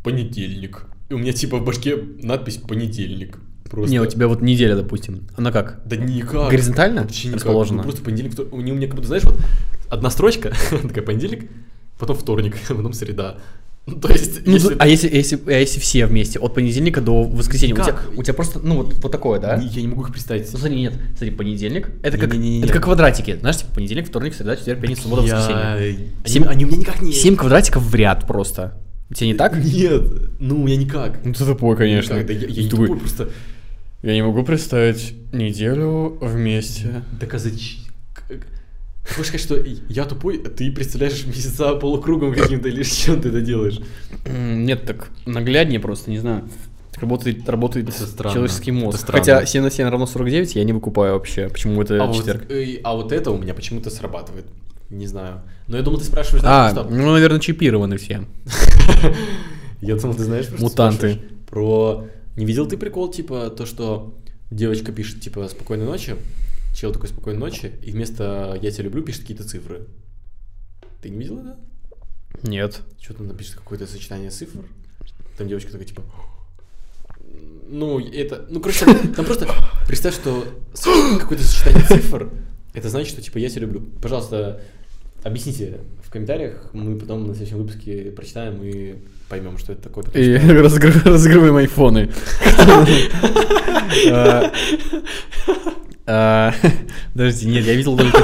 понедельник. И у меня, типа, в башке надпись «понедельник». Просто. Не, у тебя вот неделя, допустим, она как? Да никак. Горизонтально Вообще никак. расположена? Ну, просто понедельник, втор- у не- у меня как будто, знаешь, вот одна строчка, *laughs* такая понедельник, потом вторник, *laughs* потом среда. Ну, то есть, Ну, если- А если, если, а если все вместе, от понедельника до воскресенья, у тебя, Как? у тебя просто, ну вот, вот такое, да? я не могу их представить. Ну смотри, нет, смотри, понедельник, это как, Не-не-не-не. это как квадратики, знаешь, типа понедельник, вторник, среда, четверг, пятница, суббота, Я- воскресенье. Они, Семь- они у меня никак не... Семь квадратиков в ряд просто. Тебе не так? Нет, ну у меня никак. Ну ты тупой, Никак, да я, я Ты не такой, тупой, просто... «Я не могу представить неделю вместе. Доказать... Ты хочешь сказать, что я тупой, а ты представляешь месяца полукругом каким-то или с чем ты это делаешь? М, Нет, так нагляднее просто, не знаю. Так работает, работает Это странно. человеческий мозг. Это странно. Хотя 7 на 7 равно 49, я не выкупаю вообще, почему это а, вот, четверг. э, а вот это у меня почему-то срабатывает. Не знаю. Но я думал, ты спрашиваешь, А, знаешь, про что? ну, наверное, чипированы все. *laughs* Я думал, ты знаешь, про что Мутанты. спрашиваешь. Про... Не видел ты прикол, типа, то, что девочка пишет, типа, спокойной ночи, чел такой спокойной ночи, и вместо «я тебя люблю» пишет какие-то цифры. Ты не видел это? Нет. Что там напишет какое-то сочетание цифр? Там девочка такая типа. Ну, это. Ну, короче, там, там просто представь, что с- какое-то сочетание цифр. Это значит, что типа я тебя люблю. Пожалуйста, объясните в комментариях. Мы потом на следующем выпуске прочитаем и поймем, что это такое. потому И *laughs* *laughs* что- разгры- разгрываем айфоны. Э, *laughs* э, Подожди, нет, я видел только...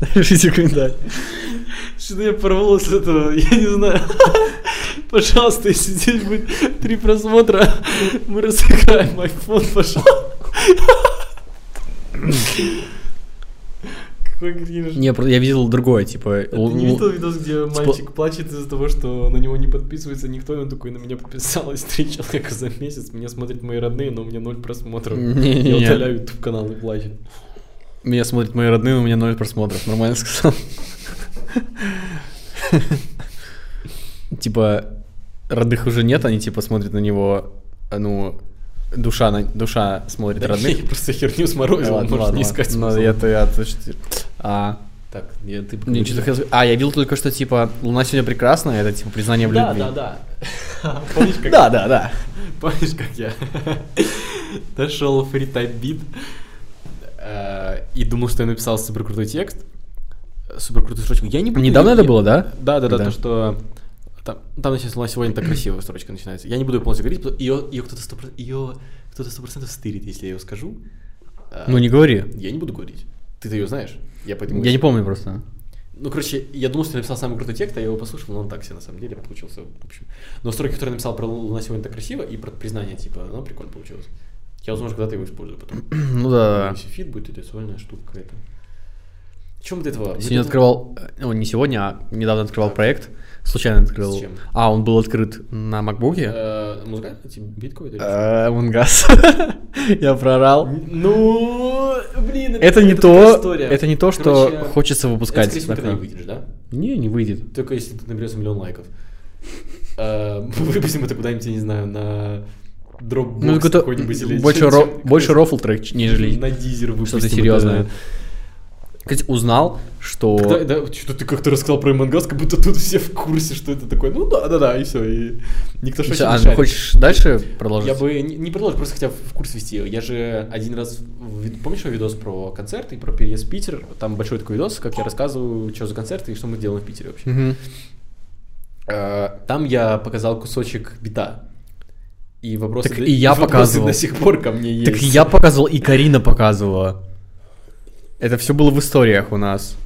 Напишите комментарий. Что-то я порвалось от этого, я не знаю. *laughs* Пожалуйста, если здесь будет три просмотра, мы разыграем iPhone, пожалуйста. Какой кринж. Не, про- я видел другое, типа... А Ты л- не видел л- видос, где Спо- мальчик плачет из-за того, что на него не подписывается никто, и он такой, на меня подписалось три *laughs* человека за месяц, меня смотрят мои родные, но у меня ноль просмотров. Не-не-не. Я удаляю YouTube канал и плачу. Меня смотрят мои родные, но у меня ноль просмотров. Нормально сказал. Типа, родных уже нет, они типа смотрят на него, а, ну, душа, на- душа смотрит Да родных. Я *laughs* просто херню Э, сморозил, ладно, можно ладно, не искать ладно. смысла. Ну, я-то- я точно- А, Так, я, ты... не, чё-то хотел сказать. А, я видел только что, типа, луна сегодня прекрасна, это, типа, признание в Да, любви. да, да. *laughs* Помнишь, как Да, да, да. Помнишь, как я *laughs* дошел в фритайп-бит и думал, что я написал супер крутой текст, супер крутую строчку. Я не буду... Недавно я- это я- было, да? Да, да, да, Да. то, что там, там начинается сегодня так красивая строчка начинается. Я не буду ее полностью говорить, потому ее, ее кто-то сто ее кто-то сто процентов стырит, если я ее скажу. Э, Ну, не говори. Я не буду говорить. Ты ее знаешь? Я поэтому. Я не помню просто. *clears throat* Ну, короче, я думал, что я написал самый крутой текст, а я его послушал, но он так себе на самом деле получился, в общем. Но строки, которые я написал про «Луна сегодня так красиво» и про признание, типа, оно прикольно получилось. Я, возможно, когда-то его использую потом. Ну, да, да, Если фит будет, это ритуальная штука какая-то. Чем вот этого? да. вот Сегодня этого- открывал, э, ну, не сегодня, а недавно открывал Так. проект. Случайно открыл. чем? А, он был открыт на макбуке. Э, Музыкальный тип бит какой-то? или что? Э, Мунгас. *laughs* Я прорал. Ну, блин, Это не такая то, история. это не то, Короче, что хочется выпускать. Это, скорее всего, никогда не выйдешь, да? Не, не выйдет. Только если ты наберется миллион лайков. Э, *laughs* Мы выпустим это куда-нибудь, я не знаю, на Ну, Dropbox какой-то какой-нибудь или *laughs* больше, чё- ро- чё- больше какой-то рофл трек, нежели На дизер выпустим. что-то это. серьезное. Кстати, узнал, что... Да, да, что ты как-то рассказал про Эмангаз, как будто тут все в курсе, что это такое. Ну да, да, да, и все. И никто Всё, что а, ну, хочешь дальше продолжить? Я бы не, не продолжил, просто хотя в курс вести. Я же один раз, в вид- помнишь мой видос про концерт и про переезд в Питер? Там большой такой видос, как я рассказываю, что за концерт и что мы делаем в Питере вообще. Мгм. Э, Там я показал кусочек бита. И вопросы, Так до- и *laughs* я вопросы показывал. до сих пор ко мне есть. Так я показывал, и Карина показывала. Это все было в историях у нас.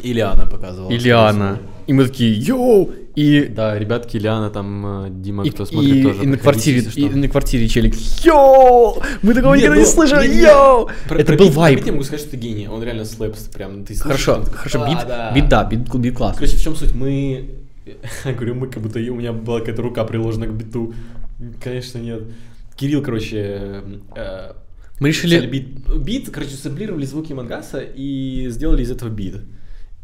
Ильяна показывала. Ильяна. И мы такие, йоу! И, Да, ребятки, Ильяна, там э, Дима, и, кто и- смотрит, и тоже. на проходите, квартире, если и что. на квартире челик, йоу! Мы такого Нет, никогда ну, не слышали, не-не. йоу! Про- про Это был бит- про бит вайб. Я могу сказать, что ты гений. Он реально слэпс, прям. Ты слышишь, Хорошо, он такой, «А, хорошо, «Да, бит, бит, да, бит, бит класс. Короче, в чем суть? Мы... *laughs* Я говорю, мы как будто и у меня была какая-то рука приложена к биту. Конечно, нет. Кирилл, короче, э, Мы писали решили... бит. Бит, короче, сэмплировали звуки Мангаса и сделали из этого бит.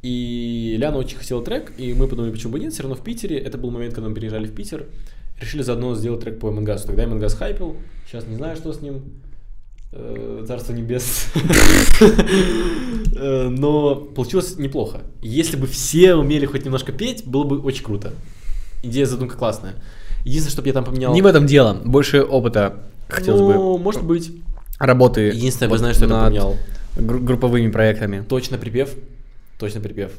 И Ляна очень хотела трек, и мы подумали, почему бы нет, все равно в Питере. Это был момент, когда мы переезжали в Питер. Решили заодно сделать трек по Мангасу. Тогда Мангас хайпил, сейчас не знаю, что с ним. Э, Царство небес. *laughs* Э, Но получилось неплохо. Если бы все умели хоть немножко петь, было бы очень круто. Идея, задумка классная. Единственное, чтобы я там поменял... Не в этом дело, больше опыта хотелось Ну, бы. может быть. Работы Единственное, я вот знаю, что я там над поменял. гру- групповыми проектами. Точно припев. Точно припев.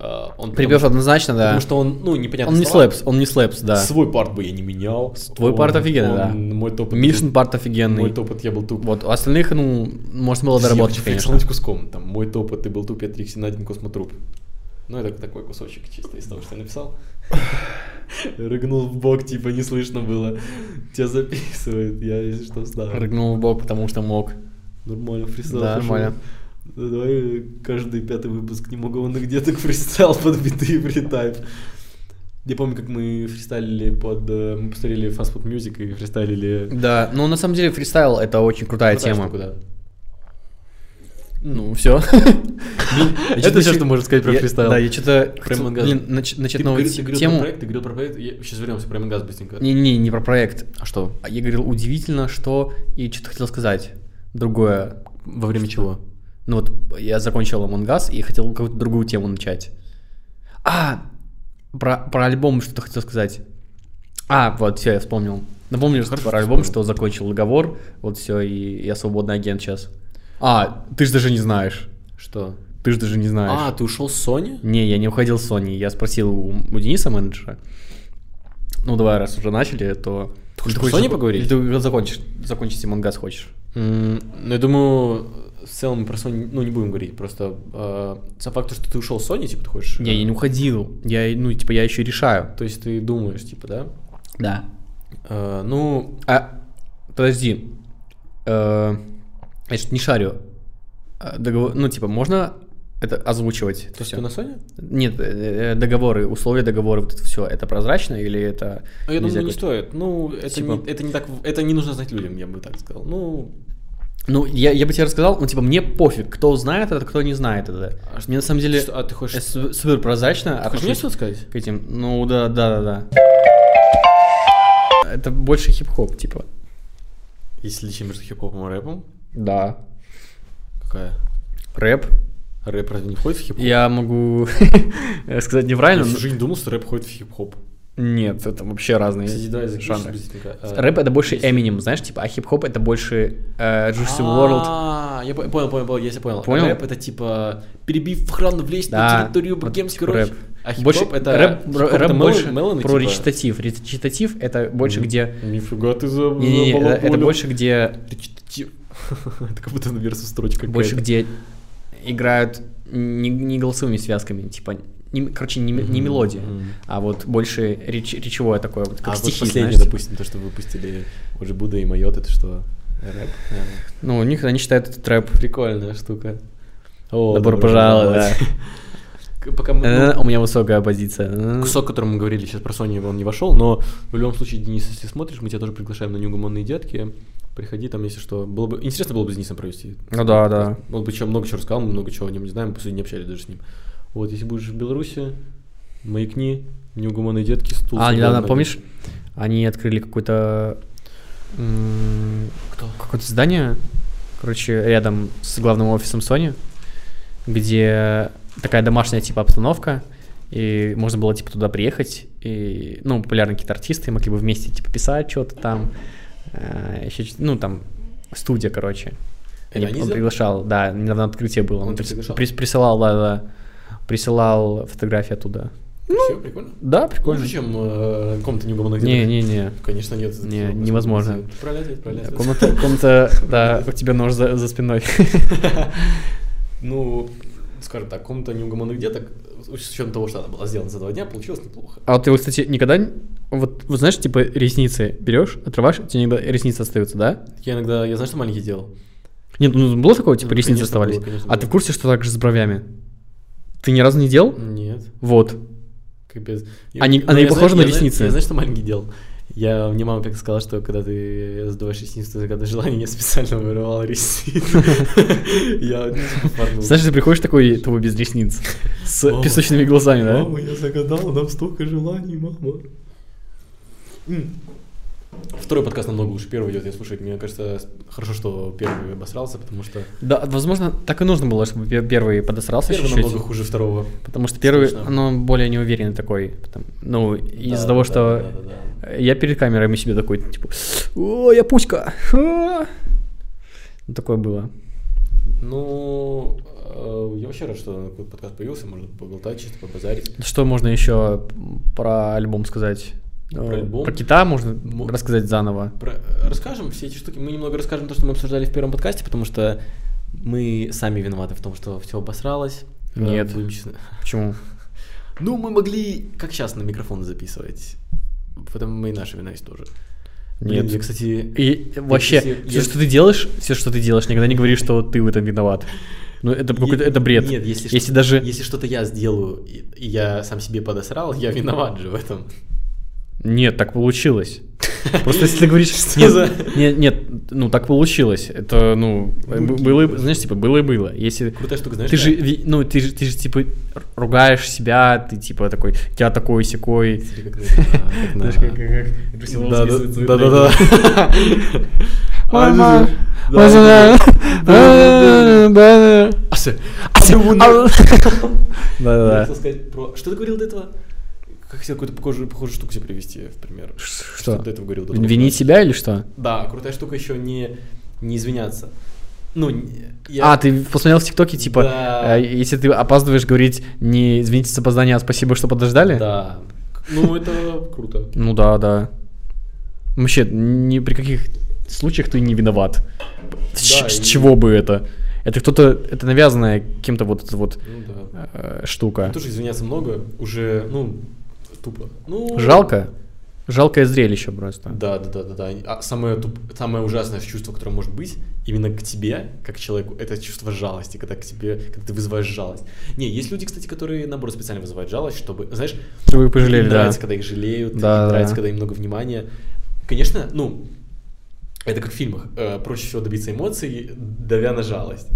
Э, Он Припев потому, однозначно, да. потому что он, ну, непонятно. он не слэпс, он не слэпс, да. Свой парт бы я не менял. Твой Он- парт офигенный, он- да. Мой топ. Мишин парт Мой офигенный. топ, я был туп. Вот, у остальных, ну, может, было Подожди, я доработать, хочу конечно. фиксануть куском. Там мой топ, ты был туп, я трикси на один космотруп. Ну, это такой кусочек чисто из того, что я *laughs* написал. Рыгнул в бок, типа не слышно было. Тебя записывают, я если что знаю. Рыгнул в бок, потому что мог. Нормально фристайл. Да, пошёл. нормально. Ну, Давай э, каждый пятый выпуск не могу, он где-то фристайл *laughs* под биты и фритайп. Я помню, как мы фристайлили под... э, Мы посмотрели Fast Food Music и фристайлили... Да, ну, на самом деле, фристайл — это очень крутая Крутая тема. штука, да. Ну, все. *laughs* *laughs* Это все, что можно сказать про фристайл. Да, я что-то... Про Мангаз. Блин, нач- Ты начать новую говорил- ты говорил про тему. проект, ты говорил про проект, сейчас вернемся про Мангаз быстренько. Не-не, не про проект. А что? А Я говорил, удивительно, что... И что-то хотел сказать. Другое. Во время чего? Ну вот, я закончил Among Us и хотел какую-то другую тему начать. А, про, про альбом что-то хотел сказать. А, вот, все, я вспомнил. Напомню, что Хорошо, про что альбом, вспомнил. что закончил договор, вот все, и я свободный агент сейчас. А, ты же даже не знаешь. Что? Ты же даже не знаешь. А, ты ушел с Sony? Не, я не уходил с Sony, я спросил у, у Дениса, менеджера. Ну, давай, раз уже начали, то... Ты хочешь про Или хочешь Sony зак- поговорить? Или ты закончишь, закончить Among Us хочешь? М, Ну, я думаю, в целом про Sony, ну, не будем говорить, просто э, сам факт, что ты ушел с Sony, типа, ты хочешь... Не, я не уходил, я, ну, типа, я еще решаю. То есть ты думаешь, типа, да? Да. Э, ну, А, подожди. Э, я что-то не шарю. А, договор- Ну, типа, можно это озвучивать? то, Всё. что ты на Sony? Нет, э, э, договоры, условия договора, вот это все, это прозрачно или это... А Я нельзя думаю, не говорить? стоит. Ну, это, Типа- не, это не так, это не нужно знать людям, я бы так сказал. Ну, Ну, я, я бы тебе рассказал, ну, типа, мне пофиг, кто знает это, кто не знает это. А что- мне на самом деле что- а ты хочешь, ты супер прозрачно. А хочешь мне что сказать? к этим? Ну, да, да, да, да. Это больше хип-хоп, типа. Если лечим между хип-хопом и рэпом, Да. какая? Рэп. Рэп разве не входит в хип-хоп? Я могу *laughs* сказать Я неправильно, но всю жизнь думал, что рэп входит в хип-хоп. Нет, это вообще разные Кстати, давай закончим жанры. быстренько. Э, Рэп это больше если- Eminem, знаешь, типа, а хип-хоп это больше э, Juicy World. А, я по- понял, понял, понял, я тебя понял. Понял? Рэп это типа перебив охрану влезть Да, на территорию вот богемской типа рощи. рэп. А хип-хоп Больше это рэп, хип-хоп рэп это больше мел- мелоны, про типа? речитатив. Речитатив это больше Мгм. где. Нифига ты за Не-не-не, это, это забалаболил. больше где. Речитатив. *laughs* Это как будто на версу строчка Больше какая-то. где играют не, не голосовыми связками, типа. не- короче, не, м- не Мгм, мелодия, мгм. а вот больше реч- речевое такое, вот как А вот стихи, последнее, знаешь, типа. допустим, то, что выпустили уже Будда и Майот, это что? *laughs* Рэп? наверное. Ну, у них они считают это трэп. Прикольная штука. О, Добро добро пожаловать, К- Пока мы, ну, *laughs* Э, У меня высокая позиция. Кусок, о котором мы говорили сейчас про Sony, он не вошел, но в любом случае, Денис, если смотришь, мы тебя тоже приглашаем на неугомонные детки. Приходи там, если что. Было бы интересно было бы с Денисом провести. Ну да, да. Он бы еще много чего рассказал, мы много чего о нем не знаем, мы, по сути, не общались даже с ним. Вот, если будешь в Беларуси, маякни, неугомонные детки, стул. А, с недавно, углом помнишь, они открыли какое-то м, найдёшь. Кто? какое-то здание, короче, рядом с главным офисом Sony, где такая домашняя типа обстановка, и можно было типа туда приехать, и, ну, популярные какие-то артисты могли бы вместе типа писать что-то там, э, ещё чё- ну, там, студия, короче. Это Они- они он сделали? приглашал, да, недавно открытие было. Он, Он тебя прис- приглашал? прис- присылал, да, да, присылал фотографии оттуда. Красиво, прикольно. Да, прикольно. Хуже, Ну, чем э, комната неугомонных деток? Не-не-не. Конечно, нет. это Не, всё, невозможно. это Пролетит, пролетит. Да, Комната, комната, да, у тебя нож за, за спиной. Ну, скажем так, комната неугомонных деток, с учетом того, что она была сделана за два дня, получилось неплохо. *laughs* А вот ты, вот, кстати, никогда... н- Вот, вот знаешь, типа ресницы берешь, отрываешь, у тебя иногда ресницы остаются, да? Я иногда, я знаешь, что маленький делал? Нет, ну было такое, типа Ну, ресницы конечно, оставались? было, конечно, а было. ты в курсе, что так же с бровями? Ты ни разу не делал? Нет, Вот. капец. Они- ну, они я похожи знаю- на я знаю- ресницы? Я знаешь, что маленький делал? Я, мне мама как сказала, что когда ты сдуваешь ресницы, ты когда желание, я специально вырывал ресницы. *laughs* Я типа, порнул. Знаешь, ты приходишь такой, твой без ресниц, *laughs* с Мама. песочными глазами, да? Мама, я загадал, нам столько желаний, мама. М. Второй подкаст намного лучше первого идет, я слушаю. Мне кажется, с- хорошо, что первый обосрался, потому что Да, возможно, так и нужно было, чтобы пе- первый подосрался первый чуть-чуть. намного хуже второго. Потому что первый, Слышно. оно более неуверенный такой. потом- ну, из-за Да, того, да, что да, да, да. я перед камерами себе такой, типа, о, я пуська. а». Ну, Такое было. Ну, э, я вообще рад, что какой-то подкаст появился, можно поболтать, чисто побазарить. Что можно еще про альбом сказать? Про Э, альбом? Про кита можно Мо- рассказать заново. Про- э, Расскажем все эти штуки. Мы немного расскажем то, что мы обсуждали в первом подкасте, потому что мы сами виноваты в том, что все обосралось. Э, Нет. будем честны. Почему? Ну, мы могли, как сейчас, на микрофон записывать. Поэтому мы и наша вина есть тоже. Блин, Нет. я, кстати, И вообще, если- все, если- что ты делаешь, все, что ты делаешь, никогда не говори, что ты в этом виноват. Ну, это какой-то е- это бред. Нет, если, Если что- даже- если что-то я сделаю, и, и я сам себе подосрал, я виноват же в этом. Нет, так получилось. Просто если ты говоришь, Что нет, за- нет, нет, ну так получилось. Это, ну, э, б- было, и- знаешь, типа, было и было. *laughs* Если Крутая штука, знаешь? ты же, да? ви- ну, ты же, ты же, типа, р- ругаешь себя, ты, типа, такой, я такой секой. Смотри, как на- как на- Да, да, да, да, да. *laughs* *laughs* Мама, Да, да, А, да. да, А- Да-да-да. Ася, Ася, Ася, ау. *laughs* Я Да-да-да. хотел сказать про... Что ты говорил до этого? Как хотел какую-то похожую, похожую штуку себе привести, в пример. Что? ты до этого говорил? до того, Винить как- себя или что? Да, крутая штука еще не, не извиняться. Ну, не- я... А, ты посмотрел в ТикТоке, типа, Да. э, если ты опаздываешь, говорить не извините с опоздания, а спасибо, что подождали? Да. Ну, это круто. Ну да, да. Вообще, ни при каких случаях ты не виноват. С, Да, с и- чего бы это? Это кто-то, это навязанная кем-то вот эта вот Ну, да. э, штука. Тоже извиняться много, уже, ну, тупо. Ну, Жалко? Жалкое зрелище просто. Да, да, да, да, да. А самое, туп- самое ужасное чувство, которое может быть именно к тебе, как к человеку, это чувство жалости, когда к тебе, когда ты вызываешь жалость. Не, есть люди, кстати, которые наоборот специально вызывают жалость, чтобы, знаешь, Что вы пожалели, им да. нравится, когда их жалеют, Да, им да. нравится, когда им много внимания. Конечно, ну, это как в фильмах. э, проще всего добиться эмоций, давя на жалость.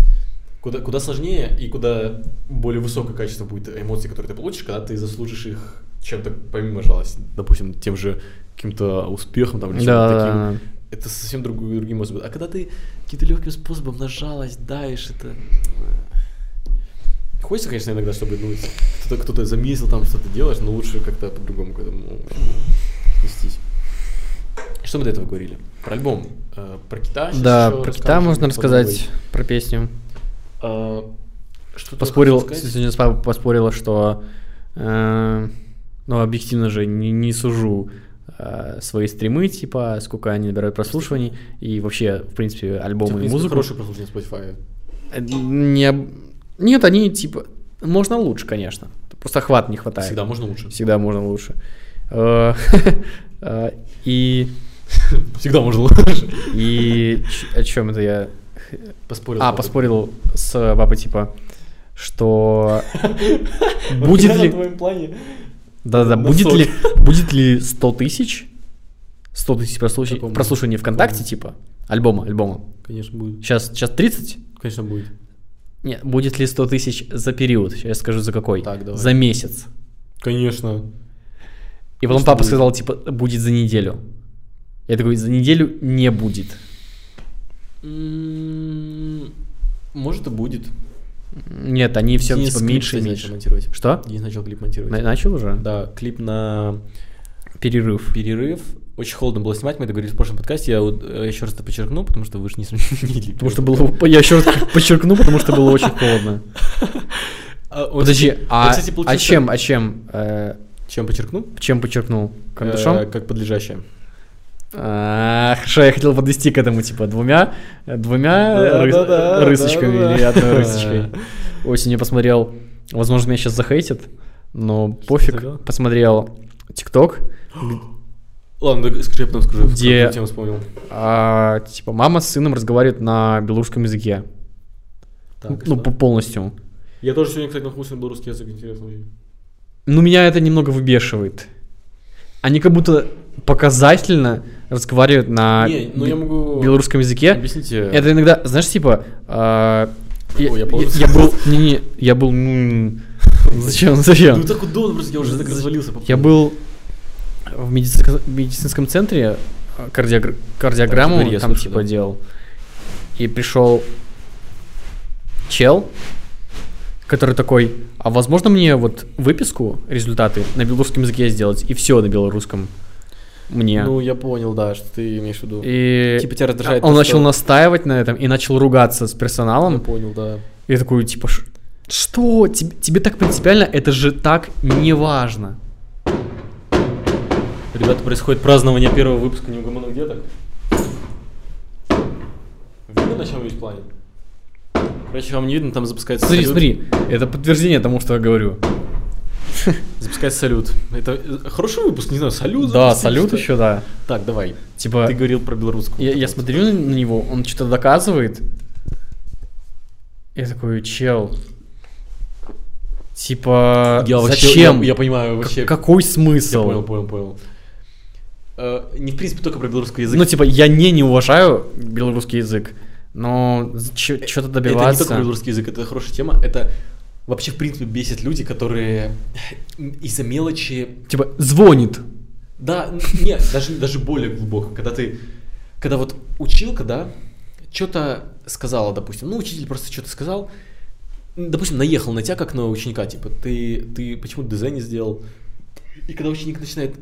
Куда, куда сложнее и куда более высокое качество будет эмоций, которые ты получишь, когда ты заслужишь их чем-то помимо жалости. Допустим, тем же каким-то успехом там, или чем-то Да, таким. да, да. Это совсем другой, другим способом. А когда ты каким-то легким способом на жалость давишь, это... э, Хочется, конечно, иногда, чтобы ну, кто-то, кто-то заметил там, что ты делаешь, но лучше как-то по-другому к этому вестись. Что мы до этого говорили? Про альбом, э, про кита. щас Да, ещё про кита расскажем, можно по новой. рассказать, про песню. А, что-то Поспорил, хотел сказать? сегодня с папой поспорила, что, э, ну, объективно же, не, не сужу э, свои стримы, типа, сколько они набирают прослушиваний, и вообще, в принципе, У тебя, в альбомы и принципе, Типа, музыку. Хорошее прослушивание Spotify. Э, Не, об- нет, они, типа, можно лучше, конечно, просто охват не хватает. Всегда можно лучше. Всегда можно лучше. Э, *laughs* э, И, Всегда *laughs* можно лучше. и ч- о чем это я? Поспорил. А, папа. поспорил с папой, типа, что Вот будет я на ли... твоем плане? Да-да, На будет сотню. ли, *laughs* будет ли 100 тысяч, 100 тысяч прослуш- Такому. прослушиваний ВКонтакте, Такому. типа, альбома, альбома. Конечно, будет. Сейчас, сейчас 30? Конечно, будет. Нет, будет ли 100 тысяч за период? Сейчас скажу, за какой. Так, давай. За месяц. Конечно. И потом Что папа будет? сказал, типа, будет за неделю. Я такой, за неделю не будет. М, Может и будет. Нет, они все, Денис типа, клип, меньше и кстати, меньше. начал монтировать. Что? Денис начал клип На- монтировать. Начал уже? Да, клип на Перерыв. перерыв. Очень холодно было снимать, мы это говорили в прошлом подкасте, я еще раз это подчеркну, потому что вы же *laughs* не смотрели. Потому что было... *laughs* Я еще раз подчеркну, потому что было очень холодно. А, вот, Подожди, кстати, вот, а кстати, а получился- чем, а чем, э, Чем подчеркну? чем подчеркнул? Карандашом? Э, Как подлежащее. А, Хорошо, я хотел подвести к этому, типа, двумя, двумя рыс- рысочками или одной рысочкой. Осенью посмотрел, возможно, меня сейчас захейтят, но пофиг, делал? посмотрел ТикТок, Ладно, да скажи, я потом скажу. Где- какую тему вспомнил. а, типа мама с сыном разговаривает на белорусском языке. Так, и ну, что? по- полностью. Я тоже сегодня, кстати, наткнулся на белорусский язык, интересно. очень. Ну, меня это немного выбешивает. Они как будто показательно разговаривают на Не, ну бе- я могу... белорусском языке. Объясните. Это *laughs* иногда, знаешь, типа... а, я, Ой, я я- полностью- я был... Не-не, я был... ну, Зачем, зачем? Ну так удобно просто, я уже так развалился. по Я поводу. был в медици- медицинском центре, а, кардиогр- кардиограмму теперь там, я слышу, да. типа делал. И пришел чел, который такой, а возможно мне вот выписку, результаты на белорусском языке сделать и все на белорусском мне. Ну, я понял, да, что ты имеешь в виду. и Типа тебя раздражает А, он то, начал что- настаивать на этом и начал ругаться с персоналом. Я понял, да. И я такой, типа, «Ш- что? Тебе, тебе так принципиально? Это же так неважно. Ребята, происходит празднование первого выпуска неугомонных деток. Видно, на чем весь плане? Короче, вам не видно, там запускается Смотри, салют. смотри, это подтверждение тому, что я говорю. Запускается салют. Это э, хороший выпуск, не знаю, салют. Да, запустили, салют Ну, что ли? еще, да. Так, давай. Типа, Ты говорил про белорусскую. я, я смотрю на- на него, он что-то доказывает. Я такой, чел. Типа, Я вообще- зачем? я- я понимаю, К- вообще. Какой Я смысл? понял, понял, понял. Э, Не, в принципе, только про белорусский язык. Ну, типа, я не не уважаю белорусский язык, но что-то добиваться. Это не только белорусский язык, это хорошая тема. Это вообще, в принципе, бесит люди, которые из-за мелочи... Типа, звонит. Да, н- нет, даже, даже более глубоко. Когда ты... Когда вот училка, да, что-то сказала, допустим. Ну, учитель просто что-то сказал. н- Допустим, наехал на тебя, как на ученика. Типа, ты, ты почему дизайн не сделал? И когда ученик начинает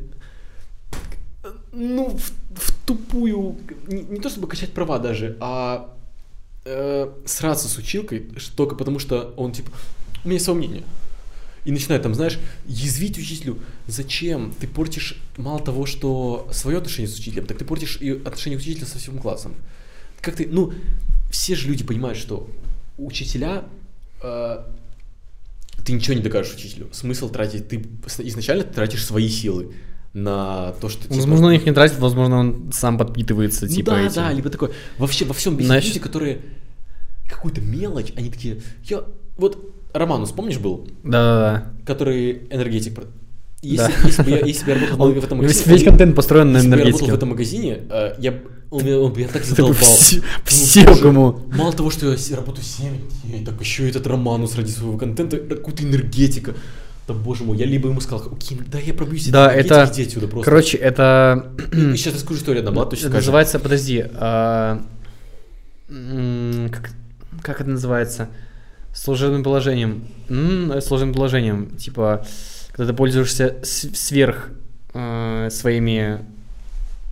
ну, в, в тупую, не, не то чтобы качать права даже, а э, сраться с училкой ш- только потому, что он типа, у меня есть свое мнение. И начинает там, знаешь, язвить учителю, зачем ты портишь, мало того, что свое отношение с учителем, так ты портишь и отношение учителя со всем классом. Как ты, ну, все же люди понимают, что учителя, э, ты ничего не докажешь учителю. Смысл тратить, ты с- изначально тратишь свои силы на то, что... типа, Возможно, он их не тратит, возможно, он сам подпитывается, ну типа, да, этим. да, либо такое. Вообще во всем бесит Значит- люди, которые какую-то мелочь, они такие. Я вот Романус, помнишь был, Да-да-да. который энергетик. про- Если, Да. если бы я, если бы я работал Он- в этом Весь, магазине, весь если контент построен на бы я работал в энергетике. *laughs* этом магазине, э, я, б- он, меня- он бы меня так Ты бы задолбал. все- Ну, Всем боже, кому. Мало того, что я с- работаю 7 дней, так еще этот Романус ради своего контента, э, какую-то энергетика. Да боже мой, я либо ему сказал, окей, да я пробьюсь, от Да, энергетики, это- иди отсюда просто. Короче, это... И сейчас я скажу, что рядом, ладно, точно Это скажешь. называется, подожди, а, м, как, как это называется? Служебным положением. М, э, Служебным положением. Типа, когда ты пользуешься с- сверх э, своими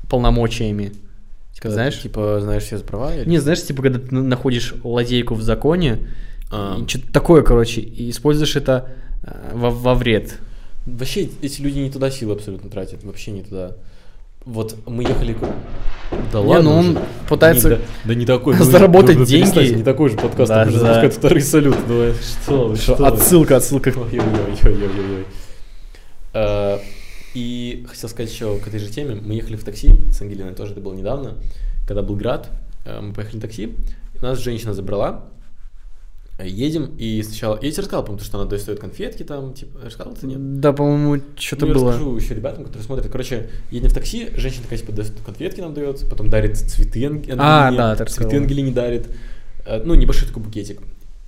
полномочиями. Типа, Когда ты, знаешь? Типа, знаешь все права? или- Не, знаешь, типа, когда ты на- находишь лазейку в законе, А. что-то такое, короче, и используешь это э, во, во вред. Вообще, эти люди не туда силы абсолютно тратят, вообще не туда. Вот мы ехали... ку- Да Не, ну он уже. пытается Не, да, да не *laughs* такой. заработать ну, перестань, деньги. Не такой же подкаст, Да, там уже да. запускают вторые салюты. Давай. Ну, Что вы, Что, что вы? отсылка, отсылка. Ой-ой-ой-ой-ой. Э, И хотел сказать еще к этой же теме. Мы ехали в такси с Ангелиной, тоже это было недавно, когда был град. э, Мы поехали на такси, и нас женщина забрала. Э, Едем, и сначала... Я тебе рассказал, потому что она достает конфетки там, типа, рассказал ты, нет? Да, по-моему, что-то Ну, я было. расскажу еще ребятам, которые смотрят. Короче, едем в такси, женщина такая, типа, дает конфетки нам дает, потом дарит цветы Анг- А, Ангелине, да, ты рассказывал. цветы Ангелине дарит. Э, Ну, небольшой такой букетик.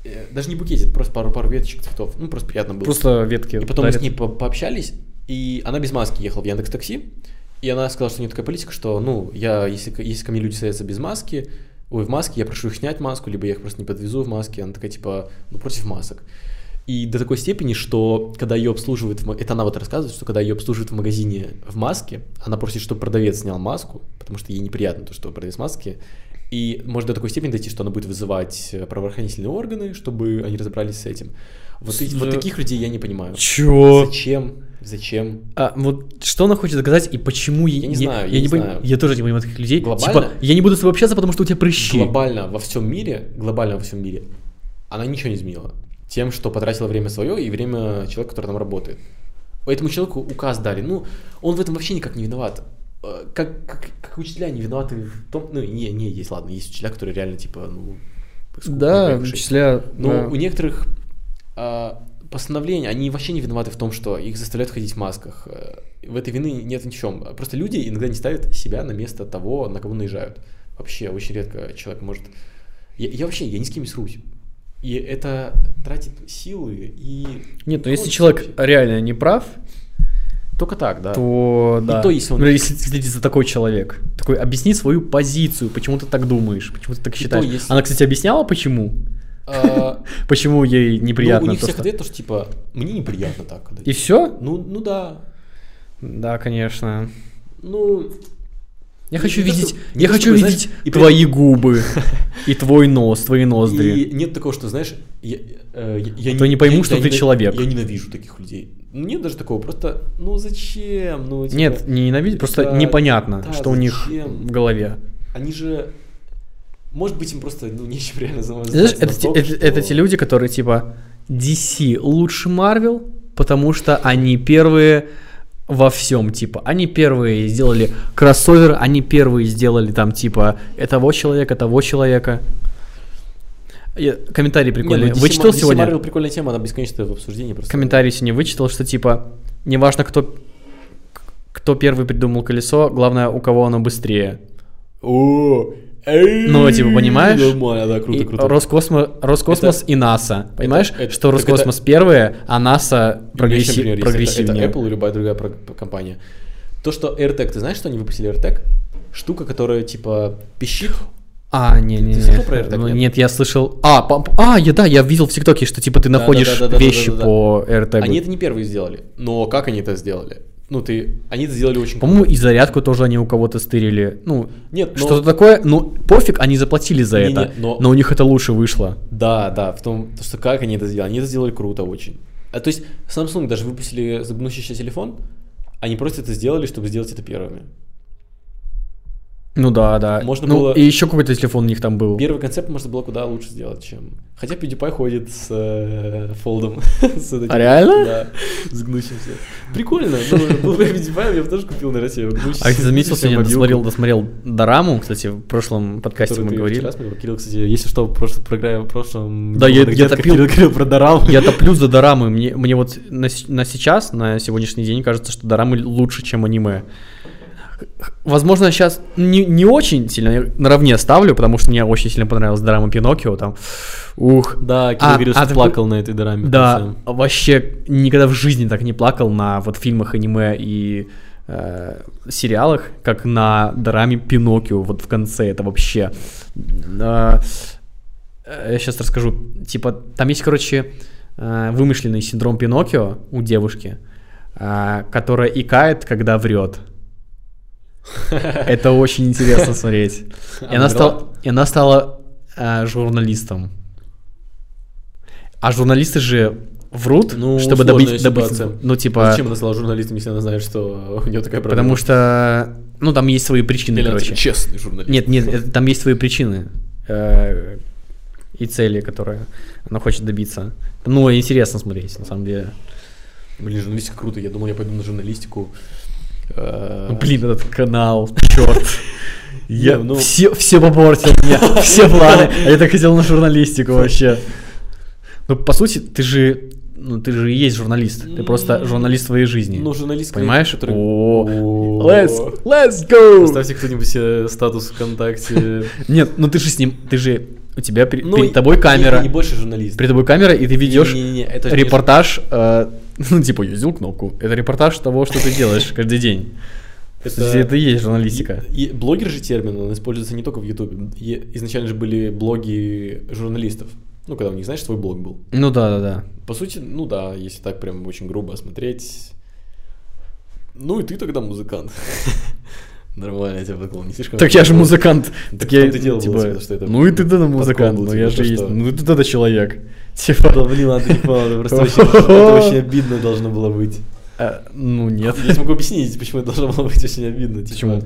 Э, Даже не букетик, просто пару, пару веточек цветов. Ну, просто приятно было. Просто ветки. И потом мы с дарят. ней по- пообщались, и она без маски ехала в Яндекс Такси, и она сказала, что у нее такая политика, что, ну, я, если, ко- если ко мне люди садятся без маски, ой, в маске, я прошу их снять маску, либо я их просто не подвезу в маске, она такая, типа, ну, против масок. И до такой степени, что когда ее обслуживают, в ма- это она вот рассказывает, что когда ее обслуживают в магазине в маске, она просит, чтобы продавец снял маску, потому что ей неприятно то, что продавец в маске, и может до такой степени дойти, что она будет вызывать э, правоохранительные органы, чтобы они разобрались с этим. Вот, эти- вот Да. таких людей я не понимаю. Чё? Зачем? Зачем? А, вот что она хочет доказать и почему я, Я не знаю, я, я не пони- знаю. я тоже не понимаю таких людей. Глобально? Типа, я не буду с тобой общаться, потому что у тебя прыщи. Глобально во всем мире, глобально во всем мире, она ничего не изменила. тем, что потратила время свое и время человека, который там работает. Этому человеку указ дали. Ну, он в этом вообще никак не виноват. Э, Как, как, как учителя не виноваты в том... Ну, не, не, есть, ладно, есть учителя, которые реально, типа, ну... скупые, Да, бывшие. учителя... Но да. Ну, у некоторых а, постановления, они вообще не виноваты в том, что их заставляют ходить в масках. Э, В этой вины нет ни в чем. Просто люди иногда не ставят себя на место того, на кого наезжают. Вообще очень редко человек может... Я, я вообще, я ни с кем не срусь. И это тратит силы и... Нет, ну если Хочется человек вообще. реально не прав, Только так, да. то да. то, если он- Ну, если ты следит за такой человек, такой, объясни свою позицию, почему ты так думаешь, почему ты так И считаешь. то, если- Она, кстати, объясняла, почему? *laughs* А, Почему ей ну, неприятно у них то, всех что- ответ, то, что типа, мне неприятно так. когда- И все? Ну, ну да. Да, конечно. Ну, Не- Я хочу не то, видеть, что- не я то, хочу чтобы, знаешь, видеть и при- *laughs* твои губы и твой нос, твои ноздри. И нет такого, что, знаешь, я, э, я- я А то не пойму, что ты ненави- человек. Я ненавижу таких людей. Ну, нет даже такого, просто, ну зачем? Ну, типа, Нет, не ненавидеть, просто Да, непонятно, да, что у них зачем? в голове. Они же, может быть, им просто ну, нечем реально заниматься. Знаешь, это, те- это- это те люди, которые типа DC лучше Marvel, потому что они первые во всем, типа, они первые сделали кроссовер, они первые сделали там, типа, этого человека, того человека. Я- комментарий ну, прикольный. Вычитал сегодня? Марвел прикольная тема, она бесконечная в обсуждении просто. комментарий сегодня вычитал, что типа неважно, кто кто первый придумал колесо, главное, у кого оно быстрее. О, эй, Ну, типа, понимаешь? Нормально, да, круто, И круто. Роскосмо- Роскосмос и НАСА. Понимаешь, это- что так Роскосмос первые, а НАСА У меня еще прогресси- пример есть. Это- прогрессивнее. Это Apple и любая другая про- п- компания. То, что AirTag, ты знаешь, что они выпустили AirTag? Штука, которая, типа, пищит. А, не, не, Ты не. слышал про AirTag, Ну, нет? нет, я слышал. А, пам- а, я да, я видел в ТикТоке, что типа ты Да, находишь да, да, да, да, вещи да, да. по AirTag. Они это не первые сделали. Но как они это сделали? Ну, ты... Они это сделали очень... По-моему, и зарядку тоже они у кого-то стырили. Ну, Нет, но... что-то такое. Ну, пофиг, они заплатили за Не-не, это. но- но у них это лучше вышло. Да, да, в том, то, что как они это сделали. Они это сделали круто очень. А, то есть Samsung даже выпустили загнущийся телефон, они просто это сделали, чтобы сделать это первыми. Ну да, да. Можно ну, было- И еще какой-то телефон у них там был. Первый концепт можно было куда лучше сделать, чем... Хотя PewDiePie ходит с э, фолдом. *laughs* с вот этим. А реально? Да, с гнущимся. Прикольно. думаю, Был бы *laughs* PewDiePie, я бы тоже купил на Россию. А я *laughs* заметил, что я досмотрел, досмотрел Дораму, кстати, в прошлом подкасте мы говорили. Кирилл, кстати, если что, в прошлом программе, в прошлом... Да, не я- было я анекдота, топил. Кирилл говорил про Дораму. *laughs* Я топлю за дорамы. Мне, мне вот на, с- на сейчас, на сегодняшний день кажется, что дорамы лучше, чем аниме. Возможно, сейчас не, не очень сильно я наравне ставлю, потому что мне очень сильно понравилась дорама Пиноккио. Там, ух, *laughs* Да, А- Кирилл говорил, а что ты плакал на этой дораме. Да, вообще никогда в жизни так не плакал на вот фильмах аниме и э, сериалах, как на драме Пиноккио вот в конце. Это вообще. э, э, я сейчас расскажу. Типа там есть, короче, э, вымышленный синдром Пиноккио у девушки, э, которая икает, когда врет. Это очень интересно смотреть. И она, стала, и она стала э, журналистом. А журналисты же врут, Ну, чтобы сложная добыть, добыть- ситуация. А ну типа, Зачем она стала журналистом, если она знает, что *laughs* у нее такая проблема? потому что, ну там есть свои причины, Или она короче. типа, честный журналист. Нет, нет, это- там есть свои причины э, и цели, которые она хочет добиться. Ну, интересно смотреть, на самом деле. Блин, журналистика круто. Я думал, я пойду на журналистику. Э, Ну, блин, этот *laughs* канал, черт. Я Не, ну- все, все попортил *laughs* мне, все планы. А Я так хотел на журналистику вообще. Ну, по сути, ты же, ну, ты же и есть журналист. Ты просто М, журналист своей жизни. Ну, журналистка. Понимаешь? который- О, О. Let's, let's go! Поставьте кто-нибудь себе статус *laughs* ВКонтакте. Нет, ну ты же с ним, ты же, у тебя пере- Ну, перед тобой и- камера, и Не больше журналист. перед тобой камера, и ты ведешь Не-не-не, это же не репортаж, э, *laughs* ну, типа, я сделал кнопку. Это репортаж того, что ты делаешь каждый день. *laughs* Это- Это, это и есть журналистика. И- и блогер же термин, он используется не только в Ютубе. Е- Изначально же были блоги журналистов. Ну, когда у них, знаешь, свой блог был. Ну да, да, да. По сути, ну да, если так прям очень грубо смотреть. Ну и ты тогда музыкант. *laughs* Нормально, я тебя подколол, не слишком. Так я же музыкант. Так в Так том-то я, и дело было, типа, собственно, что это ну и ты тогда подкол музыкант, был, ну типа, я то, же есть, что- ну ты тогда человек. *laughs* Типа, Да блин, Андрей Павлович, просто очень- это очень обидно должно было быть. э, ну нет. Я смогу объяснить, почему это должно было быть очень обидно. типа, Почему?